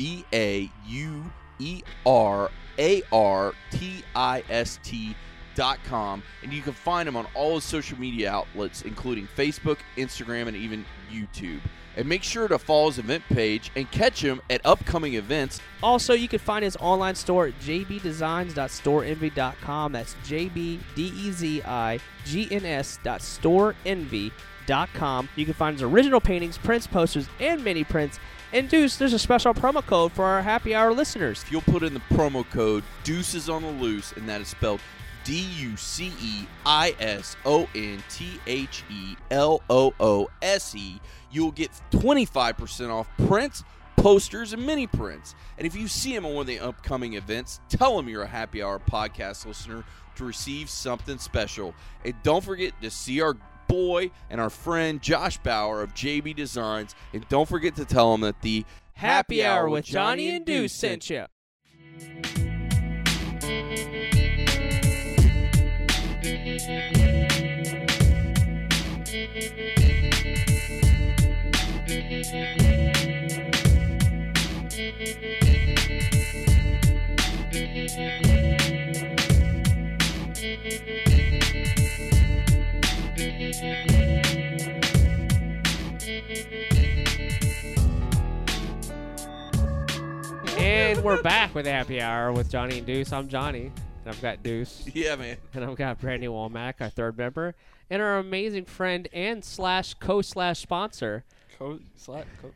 www.joshbauer E R A R T I S T dot com and you can find him on all his social media outlets including Facebook, Instagram, and even YouTube. And make sure to follow his event page and catch him at upcoming events. Also, you can find his online store at jbdesigns.storeenvy.com. That's E J-B-D-E-Z-I-G-N-S dot storeenvy.com. You can find his original paintings, prints, posters, and mini prints. And Deuce, there's a special promo code for our happy hour listeners. If you'll put in the promo code Deuces on the Loose, and that is spelled D U C E I S O N T H E L O O S E, you'll get 25% off prints, posters, and mini prints. And if you see him on one of the upcoming events, tell him you're a happy hour podcast listener to receive something special. And don't forget to see our boy and our friend Josh Bauer of JB Designs. And don't forget to tell him that the Happy Hour with Johnny and Deuce sent you. And we're back with the happy hour with Johnny and Deuce. I'm Johnny, and I've got Deuce, Yeah, man. and I've got Brandy Womack, our third member, and our amazing friend and slash co slash sponsor. Co- sla- co-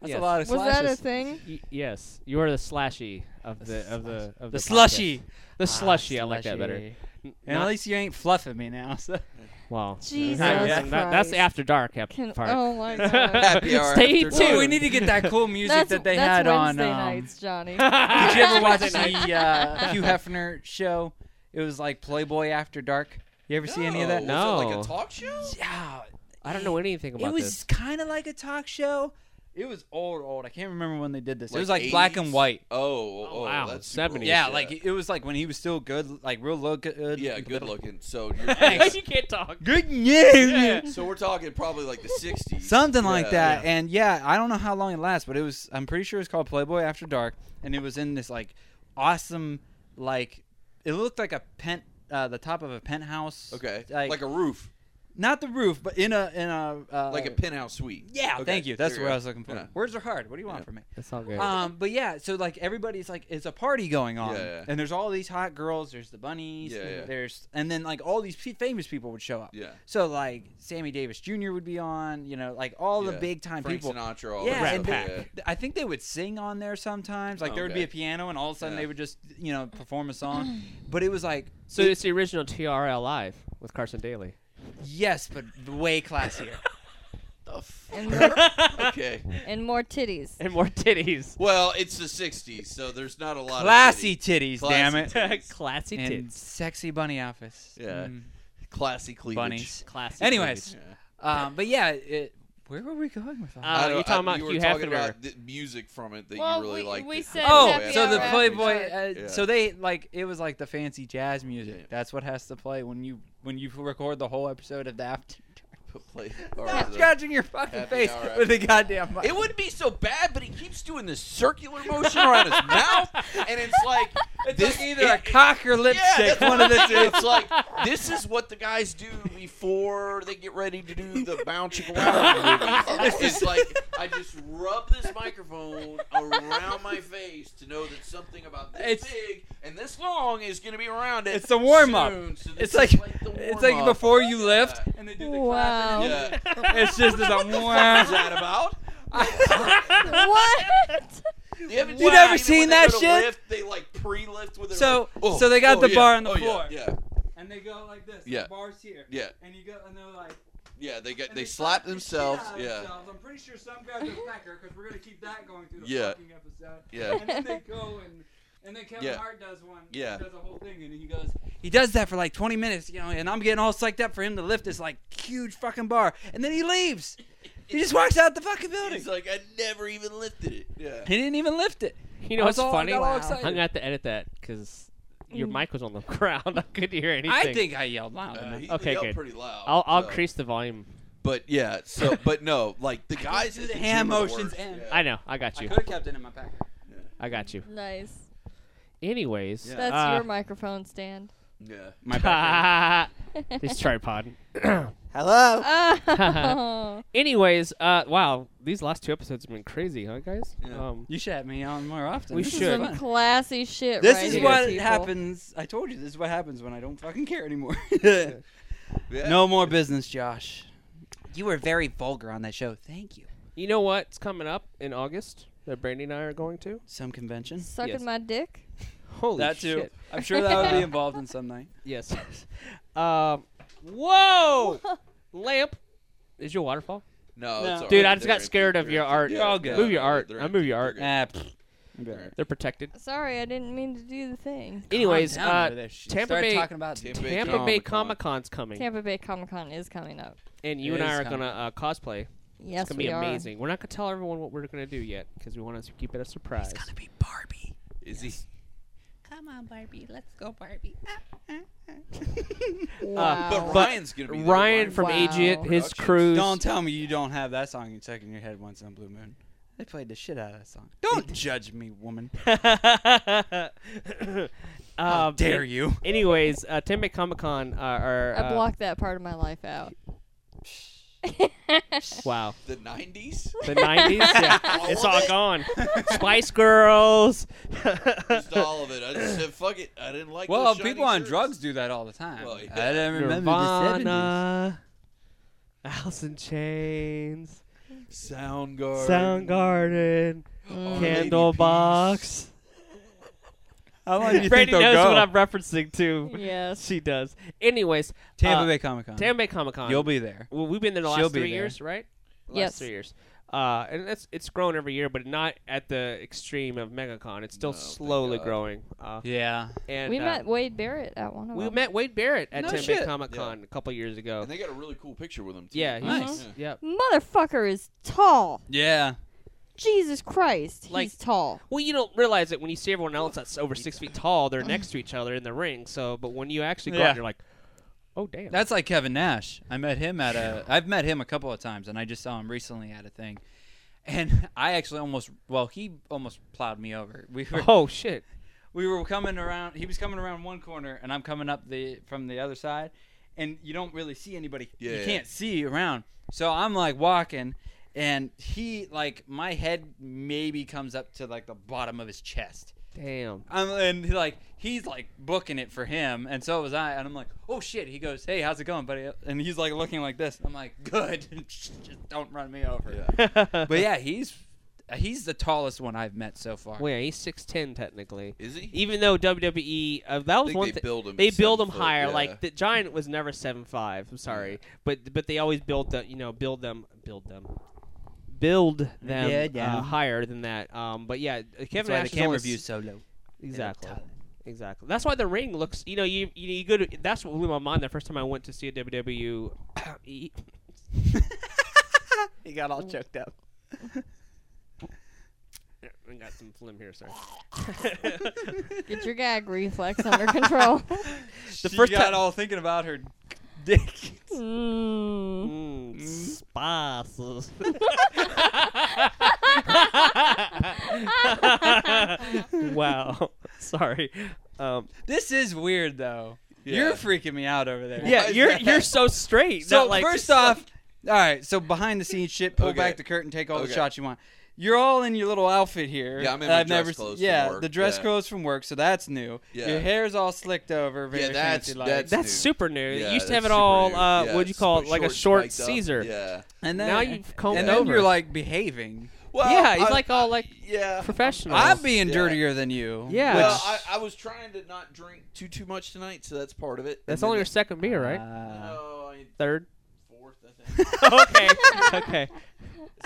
that's Yes. a lot of Was that a slashes. thing? Y- yes, you are the slushy of the of the of the, the podcast. slushy. The slushy, I like that better. slushy. And at Not- least you ain't fluffing me now. So. Well, Jesus that- that's Christ. the after dark ep- Can, part. oh my god. Happy hour. Stay after tuned. dark. we need to get that cool music that's that they that's had on. Wednesday um, nights, Johnny. Did you ever watch the uh, Hugh Hefner show? It was like Playboy After Dark. You ever see any of that? Was it No. like a talk show? Yeah, I don't know anything about it was this. kind of like a talk show. It was old, old. I can't remember when they did this. it Like was like black 80s? and white. Oh, oh, oh, wow, that's 70s. Yeah, like it was like when he was still good, like real look. uh, Good. yeah, good looking. So you're, Thanks. you can't talk. Good, yeah, yeah. so we're talking probably like the 60s. something like Yeah. that. And yeah, I don't know how long it lasts, but it was. I'm pretty sure it was called Playboy After Dark, and it was in this like awesome, like it looked like a pent, uh, the top of a penthouse. Okay. like, Like, a roof, not the roof, but in a in a uh, like a penthouse suite. Yeah, Okay, thank you. That's there what I go. was looking for. Yeah. Words are hard. What do you want from me? That's all good. Oh, Um, but yeah, so like everybody's like, it's a party going on, Yeah, yeah. and there's all these hot girls. There's the bunnies. Yeah, yeah. There's and then like all these pe- famous people would show up. Yeah. So like Sammy Davis Jr. would be on. You know, like all the Yeah. big time Frank people. Sinatra. All yeah, that and stuff, they- th- I think they would sing on there sometimes. Like there would be Okay. a piano, and all of a sudden Yeah. they would just you know perform a song. but it was like so it- it's the original TRL Live with Carson Daly. yes, but way classier. and, more, yeah. Okay. and more titties. And more titties. Well, it's the 60s, so there's not a lot Classy of titties, Classy damn it. titties. Classy And tits. sexy bunny outfits. Yeah. Mm. classy cleavage. bunnies. Classic. Anyways, Yeah. um, but yeah, it, where were we going with all Uh, I don't- you're talking I- about you were Hugh talking Hefner. about the music from it that Well, you really we- liked. we it. said Oh, Happy so the hour. Playboy. Uh, Yeah. So they like it was like the fancy jazz music. Yeah. That's what has to play when you when you record the whole episode of the after. Play- Stop or the- scratching your fucking happy face hour after with a goddamn. mic. It wouldn't be so bad, but he keeps doing this circular motion around his mouth, and it's like It's this like either a it- cock or lipstick. that's one of the what it is. two. It's like this is what the guys do before they get ready to do the bouncy Around movies. It's like I just rub this microphone around my face to know that something about this It's- big and this long is going to be around it. It's the warm-up. soon, so this It's is like the it's like warm-up. before you lift, Yeah. and they do the clap. Wow. Yeah. and It's just it's like What's wow. that about? what? You, haven't You seen never it seen when that they go to shit? Lift, they like pre-lift with their So- like, oh, so they got oh, the yeah, bar on the oh, yeah, floor. Yeah, and they go like this. Yeah. The bars here. yeah, And you go and they're like. yeah. They got and they slap the shit themselves. out of Yeah, themselves. I'm pretty sure some guys are pecker because we're gonna keep that going through the Yeah. fucking episode. yeah. And then they go and. And then Kevin Yeah. Hart does one. and Yeah. Does a whole thing, and he goes. He does that for like 20 minutes, you know, and I'm getting all psyched up for him to lift this like huge fucking bar, and then he leaves. He just walks out the fucking building. He's like, I never even lifted it. Yeah. He didn't even lift it. You know I what's was all- I funny? got all I'm excited. gonna have to edit that because your Mm. mic was on the ground. I couldn't hear anything. I think I yelled loud Uh, enough. he Okay, yelled good. pretty loud. I'll I'll so- increase the volume. But yeah, so but no, like the guys at the the hand gym are the motions worst, and- yeah. I know. I got I you. could have kept it in my packer. I got you. Nice. Anyways, Yeah. That's uh, your microphone stand. Yeah. My uh, this tripod. Hello. Oh. Anyways, uh, wow, these last two episodes have been crazy, huh, guys? Yeah. Um, You should have me on more often. We This is should. fun. Some classy shit This right is here, what people. happens. I told you this is what happens when I don't fucking care anymore. Yeah. no more business, Josh. You were very vulgar on that show. Thank you. you know what's coming up in August that Brandy and I are going to? Some convention. Sucking Yes. my dick. Holy that too. shit! I'm sure that would be involved in some night. Yes. um, whoa, lamp. Is your waterfall? No, No. It's all Dude, right. I just They're got scared empty. of your They're art. empty. You're all Yeah, good. yeah, Move your they're art. empty. I move your They're art. good. Ah, They're protected. Sorry, I didn't mean to do the thing. Anyways, Calm down uh, over there. She Tampa started Bay- talking about Tampa Bay Tampa Bay Comic-Con. Comic Con's coming, Tampa Bay Comic Con is coming up. and you It and I is are coming. gonna uh, cosplay. Yes, It's gonna we be are. amazing. We're not gonna tell everyone what we're gonna do yet because we want to keep it a surprise. be Barbie. Is he? Come on, Barbie. Let's go, Barbie. Wow. Uh, But Ryan's gonna be there. Ryan from Wow. Agent, his Productions. crew. Don't tell me you don't have that song stuck in your head once on Blue Moon. They played the shit out of that song. Don't judge me, woman. How um, dare an- you? Anyways, uh, Tempe Comic Con uh, are. I Uh, blocked that part of my life out. Wow. the '90s. The 90s? Yeah. It's all gone. Spice Girls. Just all of it. I just said, fuck it. I didn't like. Well, those shiny people on shirts. drugs do that all the time. Well, yeah. I don't remember the 70s. Nirvana. Uh, Alice in Chains. Soundgarden. Soundgarden. Candlebox. How long do you Brady think they'll knows go? what I'm referencing, too. yes. She does. Anyways, Tampa uh, Bay Comic Con. Tampa Bay Comic Con. You'll be there. Well, we've been there the last She'll be three there. years, right? Last Yes. three years. Uh, and that's it's grown every year, but not at the extreme of MegaCon. It's still No, thank slowly God. growing. Uh, Yeah. and we uh, met Wade Barrett at one of we them. met Wade Barrett at No Tempe shit. Comic Con a couple years ago. And they got a really cool picture with him. Too. Yeah, he's- Nice. Yeah. Yep. Motherfucker is tall. Yeah. Jesus Christ, Like- he's tall. Well, you don't realize it when you see everyone else that's over six feet tall. They're next to each other in the ring. So, but when you actually go, out, Yeah. you're like, oh damn. That's like Kevin Nash. I met him at a. I've met him a couple of times, and I just saw him recently at a thing. And I actually almost. Well, he almost plowed me over. We were oh shit. we were coming around. He was coming around one corner, and I'm coming up the from the other side, and you don't really see anybody. Yeah. You can't see around. So I'm like walking, and he like my head maybe comes up to like the bottom of his chest. Damn. I'm, and he, like he's like booking it for him, and so was I. And I'm like, oh shit. He goes, hey, how's it going, buddy? And he's like looking like this. I'm like, good. Just don't run me over. Yeah. But yeah, he's he's the tallest one I've met so far. Well, yeah, he's six ten technically. Is he? Even though WWE, uh, that was think one they thing. build him They seven build him foot, higher. yeah. Like the Giant was never seven five. I'm sorry, but but they always built the you know build them build them build them Yeah, yeah. Uh, higher than that. Um, but yeah, Kevin That's why Nash the is camera always- view's so low. exactly. Exactly. That's why the ring looks. You know, you you, you go to. That's what blew my mind the first time I went to see a E. WWE. he got all choked up. Yeah, I got some phlegm here, sorry. Get your gag reflex under control. The first got time- all thinking about her dick. Mm. Mm, Spices. wow. Sorry. Um, this is weird though. Yeah. You're freaking me out over there. yeah, is you're that? you're so straight. So not like, first off, all right. So behind the scenes shit, pull Okay. back the curtain, take all Okay. the shots you want. You're all in your little outfit here. Yeah, I'm in that my I've dress never s- clothes from Yeah, work, the dress yeah. clothes from work, so that's new. Yeah. Your hair's all slicked over, very Yeah, that's- fancy like. that's- that's new. super new. Yeah, you used to have that's it super all. new. Uh, Yeah, what'd you it's call sp- it? Like a short, short spiked up. Caesar. Yeah. and then Now you've combed and over. then you're like behaving. Well, yeah, he's I- like all like yeah. professional. I'm being Oh, Yeah. dirtier than you. Yeah. Well, Which- I, I was trying to not drink too too much tonight, so that's part of it. That's And only your then- second beer, right? Uh, No, Oh, I mean, Third. fourth, I think. okay. Okay.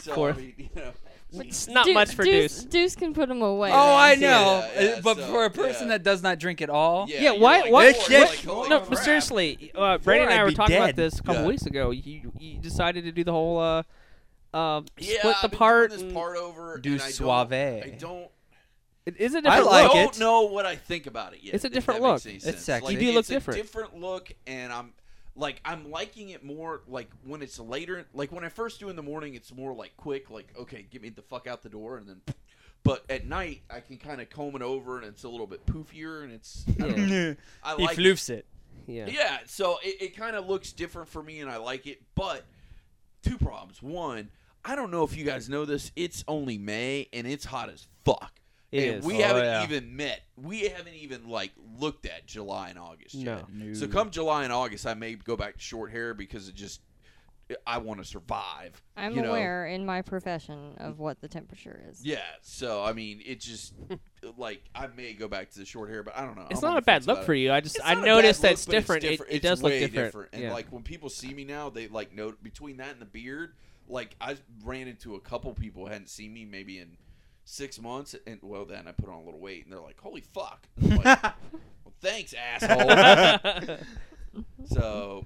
So, Fourth. I mean, you know. It's not Deu- much for Deuce. Deuce. can put him away. oh, I Yeah, know. yeah, Uh, but so, for a person yeah. that does not drink at all, Oh, Yeah, you're why- like, why- "Holy- what- like, holy no, crap." seriously. Uh, Brandon and I I'd were be talking about dead. this a couple Yeah. weeks ago. You you decided to do the whole uh, uh Yeah, split I've the been doing part. This and- part over. Do and I don't- suave. I don't. It is a I different I like look. don't it. know what I think about it yet. It's a if different that makes look. any It's sense. sexy. Like, You do look it's a different. different look, and I'm like I'm liking it more. Like when it's later. Like when I first do in the morning, it's more like quick. Like okay, get me the fuck out the door, and then. But at night, I can kind of comb it over, and it's a little bit poofier, and it's. I, don't know. I he like. floofs it. Yeah. Yeah, so it, it kind of looks different for me, and I like it. But two problems. One, I don't know if you guys know this. It's only May, and it's hot as fuck. It and is. we Oh, haven't yeah. even met. We haven't even like looked at July and August yet. No. So come July and August, I may go back to short hair because it just I want to survive. I'm you know? aware in my profession of what the temperature is. Yeah. So I mean, it just like I may go back to the short hair, but I don't know. It's I'm on not the a bad fence look about for it. you. I just It's I not a bad noticed look, that it's but different. It- It, It's does look way different. And yeah. like when people see me now, they like note between that and the beard. Like I ran into a couple people who hadn't seen me maybe in six months, and well, then I put on a little weight, and they're like, "Holy fuck!" And I'm like, well, thanks, asshole. so,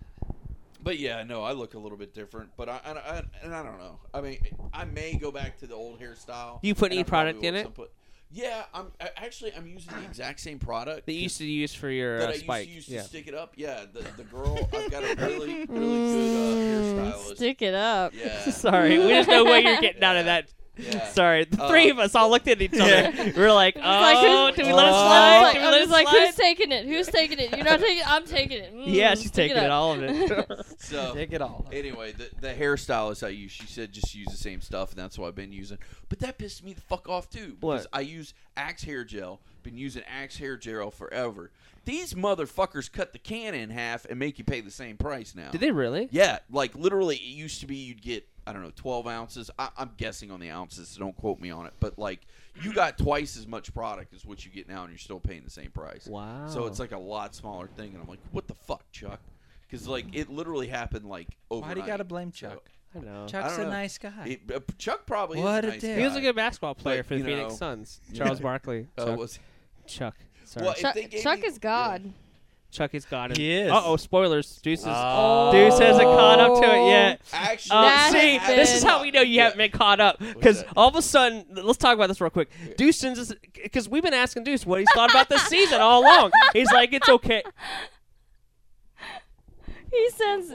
but yeah, no, I look a little bit different, but I, I, I and I don't know. I mean, I may go back to the old hairstyle. Do you put and any I probably product in will at it? some point. yeah, I'm I, actually I'm using the exact same product that you used to use for your that uh, I spike. used to, use yeah. to stick it up. Yeah, the, the girl. I've got a really really good uh, hairstylist. Stick it up. Yeah. Sorry, we just know where you're getting out of Yeah. that. Yeah. Sorry, the Uh, three of us all looked at each other. Yeah. We are like, oh, It's like, who's- do we let it I was slide? like- do we I let was it like, slide? who's taking it? Who's taking it? You're not taking it. I'm taking it. Mm, yeah, she's stick taking up. it, all of it. So Take it all. anyway, the, the hairstylist I use, she said just use the same stuff, and that's what I've been using. But that pissed me the fuck off too because What? I use Axe hair gel. Been using Axe hair gel forever. These motherfuckers cut the can in half and make you pay the same price now. Did they really? Yeah, like literally, it used to be you'd get I don't know twelve ounces. I, I'm guessing on the ounces, so don't quote me on it. But like, you got twice as much product as what you get now, and you're still paying the same price. Wow. So it's like a lot smaller thing, and I'm like, what the fuck, Chuck? Because like it literally happened like overnight. Why do you gotta blame So, Chuck? I know. Chuck's don't a know. nice guy. it- uh, Chuck probably What is a nice dick. guy. He was a good basketball player But, for the you Phoenix know- Suns. Charles Barkley. Uh, Chuck. was Chuck. Sorry. Well, if Chuck, they gave Chuck me- is God. Oh, Chuck is gone. He is. Uh oh, spoilers. Deuce, is, Ah. Oh. Deuce hasn't caught up to it yet. actually Uh, That see, has this is been- how we know you Yeah. haven't been caught up. Because that? all of a sudden, let's talk about this real quick. Deuce sends us, because we've been asking Deuce what he's thought about this season all along. He's like, it's okay. He sends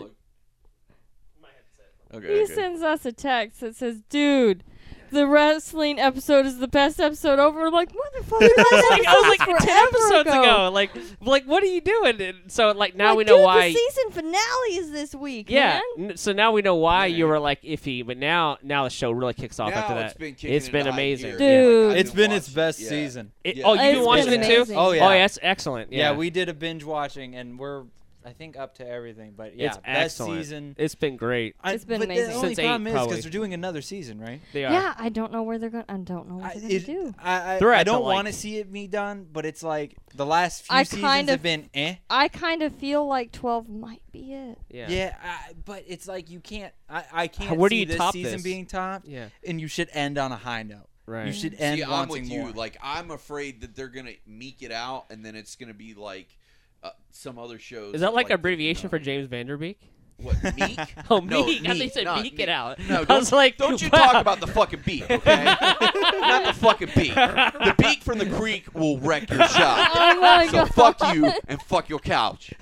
Okay. he okay. sends us a text that says, "Dude, the wrestling episode is the best episode over." I'm like, motherfucker, It's like, I was like forever 10 episodes ago. ago. Like, like, what are you doing? And so, like, now Like, we know dude, why. The season finale is this week. yeah. man. n- So now we know why Yeah. you were like iffy, but now now the show really kicks off Now after that. it's been kicking It's into been high amazing. gear. Dude. Like, I've I've it's been its watching- best yeah. season. It- Yeah. Oh, you've It's been watching been it too? amazing. Oh, yeah. Oh, yeah, that's excellent. Yeah. Yeah, we did a binge watching, and we're I think up to everything. But yeah, it's best excellent. season. It's been great. I- It's been but amazing. The only Since eight, problem is probably. because they're doing another season, right? They are. Yeah, I don't know where they're going. I don't know what I, they're going it- to do. I, I, They're I at the, don't like- want to see it be done, but it's like the last few I seasons kind have of- been eh. I kind of feel like 12 might be it. Yeah. Yeah, I, but it's like you can't. I, I can't. where do see you this top season this? being topped? Yeah. and you should end on a high note. Right. You should end See, I'm wanting with more. you. Like, I'm afraid that they're gonna meek it out, and then it's gonna be like uh, some other shows. Is that like, an abbreviation for James Vanderbeek? What meek? Oh, No, meek. I thought you meek, said not meek meek. it out. No, I was like, Don't you wow. talk about the fucking beak, okay? Not the fucking beak. The beak from the creek will wreck your shop. Oh my So god. fuck you and fuck your couch.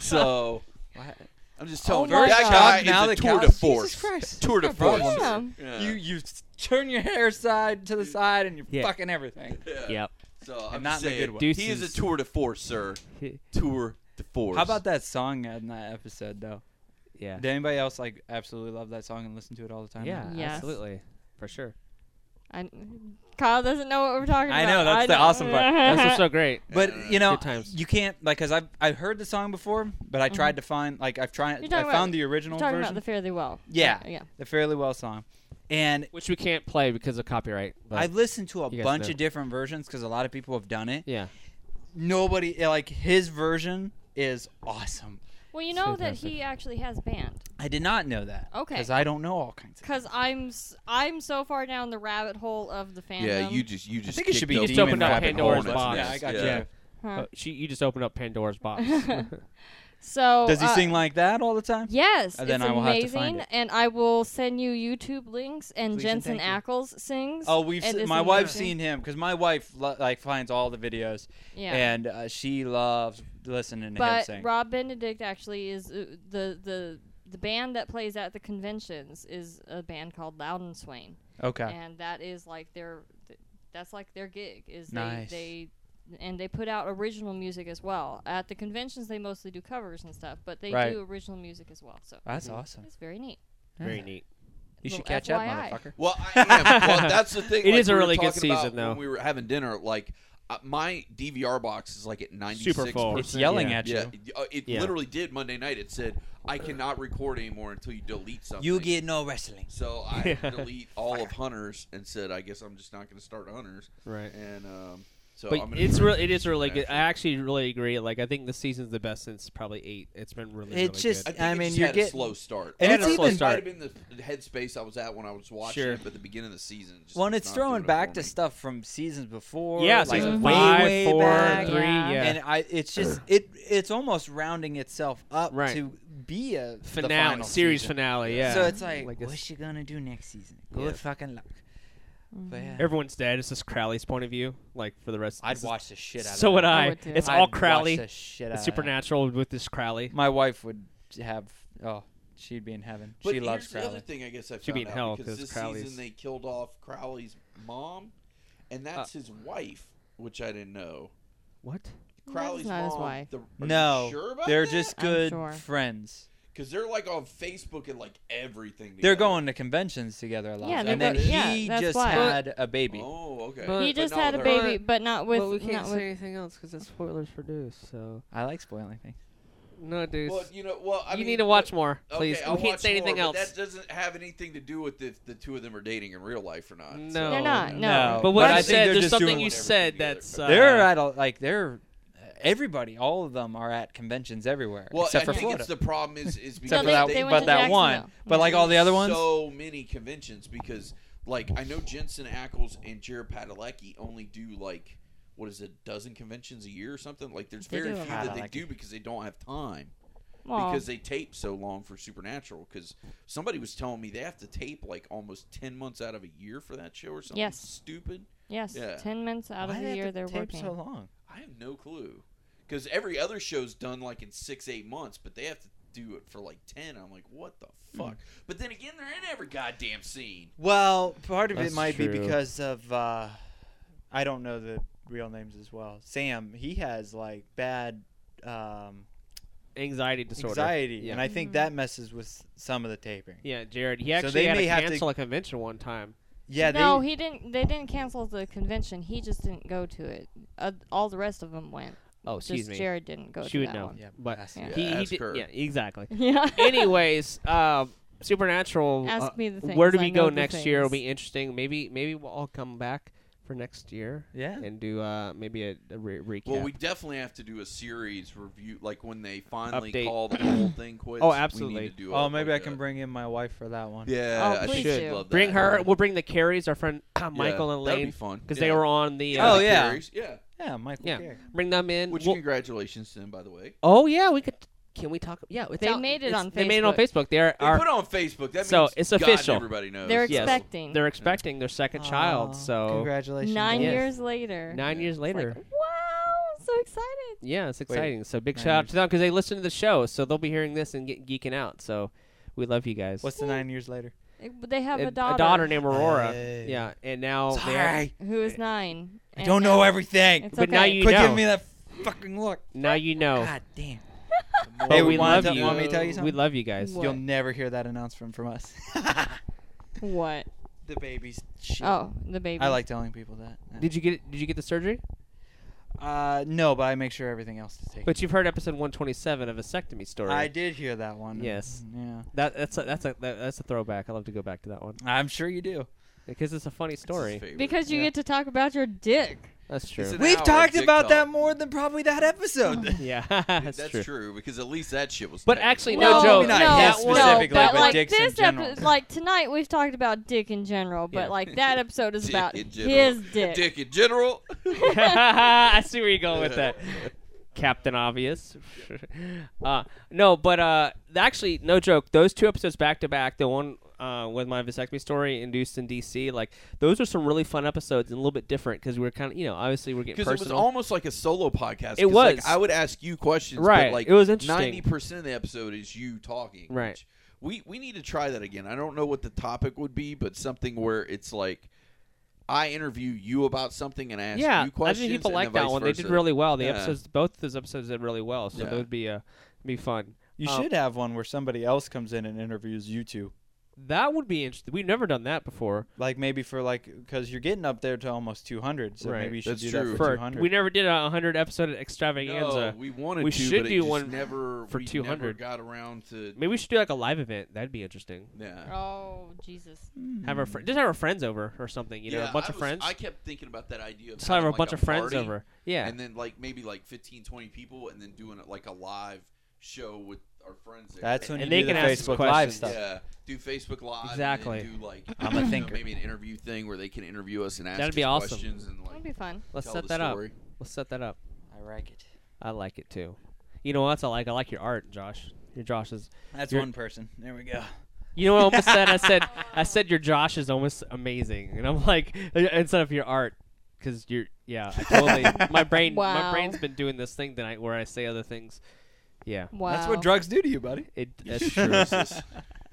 So I'm just telling my you, that God. guy Oh Now is a the tour couch? de Jesus force. Christ. Tour de Got problems. force. Yeah. Yeah. You you s- turn your hair side to the side and you're Yeah. fucking everything. Yeah. Yep. So I'm not just in a saying, good way. he is a Deuces. tour de force, sir. Tour de force. How about that song in that episode though? Yeah. Did anybody else like absolutely love that song and listen to it all the time? Yeah, Yes. absolutely. For sure. I, Kyle doesn't know what we're talking I about. know, that's the don't- awesome part. That's what's so great. But you know, Good times. you can't like because I've I've heard the song before, but I tried to find like I've tried Mm-hmm. You're I talking about- found the You're original talking version, about the Fairly Well. Yeah. Yeah. the Fairly Well song, and Which we can't play because of copyright. but- I've listened to a you guys bunch know. of different versions because a lot of people have done it. yeah. Nobody eh, like his version is awesome. Well, you know that Fantastic. he actually has a band. I did not know that. Okay. because I don't know all kinds of. Cause I'm s- I'm so far down the rabbit hole of the fandom. Yeah, you just you just. think it should kicked be open just Demon opened up Rabbit Pandora's Hornets. box. Yeah, I got Yeah. you. Huh. Uh, she, you just opened up Pandora's box. So Does he uh, sing like that all the time? Yes, Uh, then it's I will have to amazing, find it. and I will send you YouTube links. And Please and Jensen thank Ackles sings. Oh, we've and se- it's my wife's amazing. seen him because my wife lo- like finds all the videos Yeah, and uh, she loves listening to him but sing. Rob Benedict actually is uh, the the the band that plays at the conventions is a band called Loudon Swain, okay, and that is like their th- that's like their gig is Nice. they they and they put out original music as well at the conventions. They mostly do covers and stuff, but they Right. do original music as well. So that's awesome. it's very neat. Very neat. You Little should catch FYI. up, motherfucker. Well, I am. well, that's the thing. It It is is a really good season, though. When we were having dinner, like uh, my DVR box is like at ninety six. Super full. It's yelling Yeah. at you. Yeah, it- uh, it Yeah. literally did Monday night. It said, "I cannot record anymore until you delete something." no wrestling. So I had to delete all of Hunter's and said, "I guess I'm just not going to start Hunter's." Right. And um, so But I'm gonna it's try- real. It is really good. I actually. actually really agree. Like I think the season's the best since probably eight. It's been really. really It's just- good. I, think I it mean, just you're had a getting- slow start. and I it's don't know, even- it might have been the headspace I was at when I was watching Sure. it, but the beginning of the season. Just Well, and was it's not throwing doing it back for to me. stuff from seasons before. yeah, like season way, five, way four, back. three. Yeah. Yeah. And I, it's just it, it's almost rounding itself up Right. to be a the finale, final series season. finale. Yeah. So it's like, Like a- what's she gonna do next season? Good Yeah. fucking luck. Mm-hmm. But yeah, everyone's dead. It's just Crowley's point of view. Like for the rest. I'd this is- watch the shit out of. So would that. I I. would too. It's I'd all watch Crowley. the shit out It's of that. supernatural with this Crowley. My wife would have. Oh, she'd be in heaven. But she loves here's the other Crowley. thing I guess I She'd be found in hell out because 'cause this Crowley's- season they killed off Crowley's mom, and Uh, that's his wife, which I didn't know. What? Crowley's not mom. his wife. The, are you No, sure about they're that? just I'm good sure. friends. because they're like on Facebook and like everything. They're together. going to conventions together a lot. Yeah, and they then go- yeah, he that's just why. had a baby. Oh, okay. But- he But just no, had a they're- baby, but not with well, we can't not say with anything else because that's spoilers for Deuce. So I like spoiling things. no, Deuce. Well, you know, well, I you mean, need to watch more, okay, please. I'll we can't watch say anything more, else. But that doesn't have anything to do with if the two of them are dating in real life or not. so- No. They're not. No. But what I I think said, they're there's just something doing you whatever said together. that's uh, they're at a, like they're uh, everybody, all of them are at conventions everywhere Well, except I for think Florida. it's the problem is is except because for they- that, they went but to that one. Jacksonville. But like all the other ones, so many conventions because like I know Jensen Ackles and Jared Padalecki only do like what is it, a dozen conventions a year or something? Like there's They very do few a lot. that they Padalecki. do because they don't have time Well, because they tape so long for Supernatural. Because somebody was telling me they have to tape like almost ten months out of a year for that show or something. Yes. stupid. yes, Yeah. ten minutes out of the year they're working. so long. I have no clue because every other show's done like in six eight months, but they have to do it for like ten. I'm like, what the Hmm. fuck? But then again, they're in every goddamn scene. Well, part of That's it might be true. because of uh, I don't know the real names as well. Sam, he has like bad um, anxiety disorder. anxiety, Yeah. and I think that messes with some of the taping. yeah, Jared. He So actually they had may to have to- cancel a convention one time. Yeah, no, they, he didn't. They didn't cancel the convention. He just didn't go to it. Uh, all the rest of them went. Oh, excuse just me. Jared didn't go She to would that know. one. yeah, but- that's- Yeah. He, he ask did, her. yeah, exactly. Yeah. Anyways, um, Supernatural. Ask uh, me the things. Where do I we know go the next year? It'll things. be interesting. Maybe maybe we'll all come back for next year Yeah. and do uh, maybe a, a re- recap. Well, we definitely have to do a series review, like when they finally Update. call the whole thing quits. Oh, we need to absolutely. do a- Oh, maybe I like can a- bring in my wife for that one. Yeah, Oh, I please should do. love bring that. her. We'll bring the Carries, our friend Yeah, Michael and that'd be Lane, fun because yeah. they were on the. Yeah, Uh, Oh, the yeah. Carries, yeah. Yeah, Michael. Yeah. Carey. Bring them in. Which We'll- congratulations to them, by the way. oh yeah, we could. Can we talk? Yeah, it's They out- made it it's- on They made it on Facebook. They're They our, put it on Facebook. That So, means it's God and official. everybody knows. They're Yes. expecting they're expecting their second Oh, Aw, child. So congratulations. nine Yes. guys. years later. nine years It's later. like, wow, I'm so excited. Yeah, it's Wait, exciting. so big nine shout out to them because they listen to the show, so they'll be hearing this and get geeking out. So we love you guys. What's the nine years later? It- but they have And a, daughter, named Aurora? Hey. Yeah, and now they have- who is nine. I and don't know now- everything. It's But okay. now you Quit know. giving me that fucking look. now you know. God damn. But Hey, we wanna love tell- you. Want me to tell you We something? love you guys. What? You'll never hear that announcement from us. what? the babies. Shit. Oh, the baby. I like telling people that. Did you get? Did you get the surgery? Uh, no, but I make sure everything else is taken. But you've heard episode 127 of vasectomy story. I did hear that one. Yes. Yeah. that, that's a, that's a that, that's a throwback. I love to go back to that one I'm sure you do. because it's a funny story. because you get to talk about your dick. That's It's true. an hour of TikTok. more than probably that episode. Yeah, that's, That's true. true. because at least that shit was. But nice. actually, no, no, joke. maybe not that his one- specifically, no, but, but like dicks in this general. epi- like tonight we've talked about dick in general, but Yeah. like that episode is Dick about in general. his dick. dick in general. I see where you're going with that, Captain Obvious. uh, no, but uh, actually, no joke. Those two episodes back to back, the one uh, with my vasectomy story induced in DC, like those are some really fun episodes and a little bit different because we are kind of, you know, obviously we're getting Because it was personal. almost like a solo podcast. It 'cause, like, was. I would ask you questions. Right, But like it was interesting. Ninety percent of the episode is you talking. Right. which We we need to try that again. I don't know what the topic would be, but something where it's like I interview you about something and I ask yeah, you I questions. think people and like vice that one. They did versa. really well. The Yeah. episodes, both those episodes did really well. So Yeah. that would be uh, be fun. You Um, should have one where somebody else comes in and interviews you two. That would be interesting. We've never done that before. Like maybe for like because you're getting up there to almost 200, so Right. maybe you should That's do true. that for, For 200. we never did a 100 episode No, extravaganza. we wanted We to, should but do it just one never for we 200. Never got around to. Maybe we should do like a live event. That'd be interesting. Yeah. Oh Jesus! Have our fr- just have our friends over or something. You know, Yeah, a bunch I of was- friends. I kept thinking about that idea. Of just have having, a like, bunch of friends party. over. Yeah, and then like maybe like 15 20 people and then doing it like a live show with our friends there. That's when And you they do can the ask Facebook Live questions. stuff. yeah do facebook live and Exactly. then do like I'm a you know, thinker. maybe an interview thing where they can interview us and ask That'd be us awesome. questions and That'd like be fun. let's tell set the that up. story. Let's set that up. I like it. I like it too. You know what else I like? I like your art, Josh. Your Josh is. That's You're- one person. There we go. You know what I almost said? I said I said your Josh is almost amazing, and I'm like uh, instead of your art, because you're yeah. I totally, my brain my Wow. brain's been doing this thing tonight where I say other things. Yeah, Wow. That's what drugs do to you, buddy. it that's true.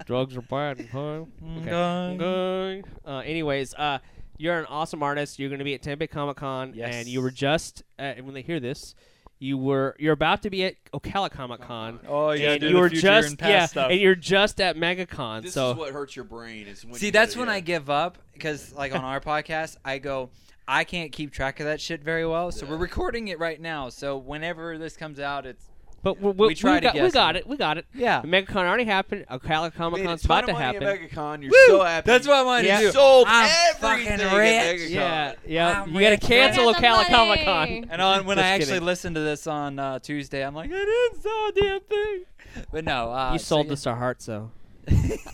Drugs are bad. Huh? Mm, Okay. Mm-hmm. Okay. Uh, anyways, uh, you're an awesome artist. You're going to be at Tempe Comic Con, Yes. and you were just uh, when they hear this, you were you're about to be at Ocala Comic Con. Oh yeah, and do you the were future just and past yeah, stuff. and you're just at MegaCon. this so is what hurts your brain is when See, you that's gotta- when yeah. I give up because, like, on our podcast, I go, I can't keep track of that shit very well. So Yeah. we're recording it right now. So whenever this comes out, it's but we, we, We try to got, we guess got them. it. We got it. yeah. MegaCon already happened. Ocala Comic Made a Con's about ton of to money at happen. MegaCon, you're Woo! so happy. That's what I wanted Yeah. to You do. sold I'm everything fucking at rich. MegaCon. yeah, yeah. I'm You got to rich. cancel Look at the Ocala Comic money. Con. And on when Just I actually kidding. listened to this on uh, Tuesday, I'm like, I didn't sell a damn thing. But no, uh, You so sold yeah. us our hearts, though.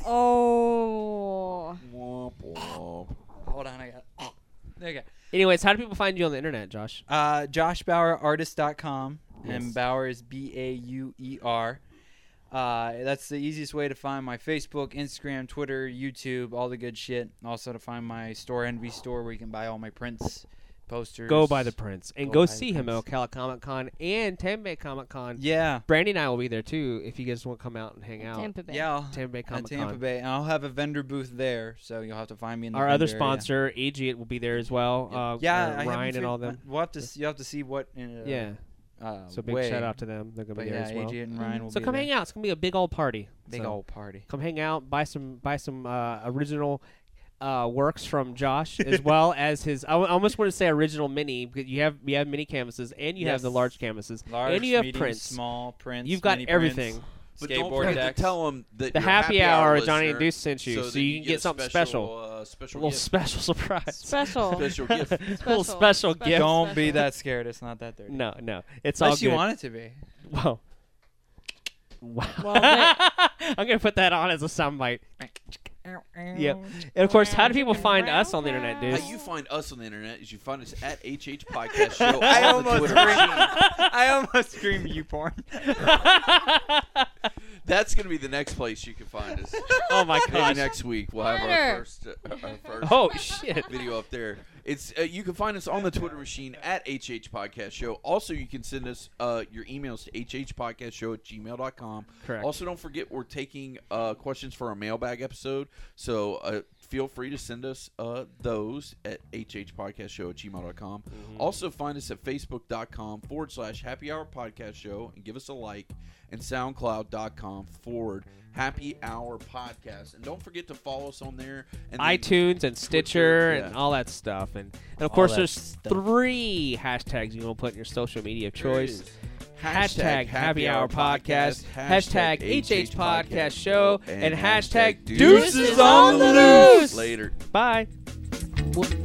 Oh. Womp womp. Hold on, I got. oh, There you go. Anyways, how do people find you on the internet, Josh? Uh, JoshBauerArtist.com, Yes. and Bauer is B A U E R. Uh, that's the easiest way to find my Facebook, Instagram, Twitter, YouTube, all the good shit. Also to find my store, Envy Store, where you can buy all my prints, posters. Go by the Prince and Go go by the see him at Prince. Ocala Comic Con and Tempe Comic Con. Yeah, Brandy and I will be there too if you guys want to come out and hang out. Tampa Bay. yeah. I'll- Tampa Bay At Comic Tampa Con. Bay, and I'll have a vendor booth there, so you'll have to find me in the Our other vendor area. sponsor, Agiate, will be there as well. Uh, Yeah, uh, I haven't Ryan and figured- all them. We'll have to. See, you'll have to see what. In a, yeah, Uh, so big way. shout out to them. They're gonna But be there yeah, as well. AJ and Ryan will Mm-hmm. So be come there. hang out. It's gonna be a big old party. Big So old party. Come hang out. Buy some. Buy some uh, original. Uh, works from Josh as well as his. I w- I almost want to say original mini. Because you have you have mini canvases and you have the Yes. large canvases Large, and you have medium, prints. small prints. You've got mini prints. everything. But don't Skateboard forget decks. to tell them that The you're a happy hour listener Johnny and Deuce sent you, that so you can get a something Uh, A special little gift. special surprise. Special. Special gift. little special gift. Don't be special. that scared. It's not that dirty. No, no, it's all Unless good. you want it to be. Whoa. Wow. Well, they- I'm gonna put that on as a soundbite. Yep. And of course, how do people find us on the internet, dude? How you find us on the internet is you find us at HH Podcast Show. on the Twitter. I almost screamed you porn. That's going to be the next place you can find us. oh my Maybe gosh. next week we'll have our Twitter. first, uh, our first Oh shit. video up there. It's uh, you can find us on the Twitter machine at HH Podcast Show. Also, you can send us uh, your emails to hhpodcastshow at gmail.com. Correct. Also, don't forget we're taking uh, questions for our mailbag episode. So uh, feel free to send us uh, those at hhpodcastshow at gmail.com. Mm-hmm. Also, find us at facebook.com forward slash happy hour podcast show and give us a like and soundcloud.com forward happy hour podcast. And don't forget to follow us on there. And then- iTunes and Stitcher and yeah. all that stuff, and, and of course, that there's stuff. three hashtags you want to put in your social media of There it choice. is. Hashtag Happy Hour Podcast, hashtag HH Podcast Show, and hashtag Deuces on the Loose. Later. Bye. What-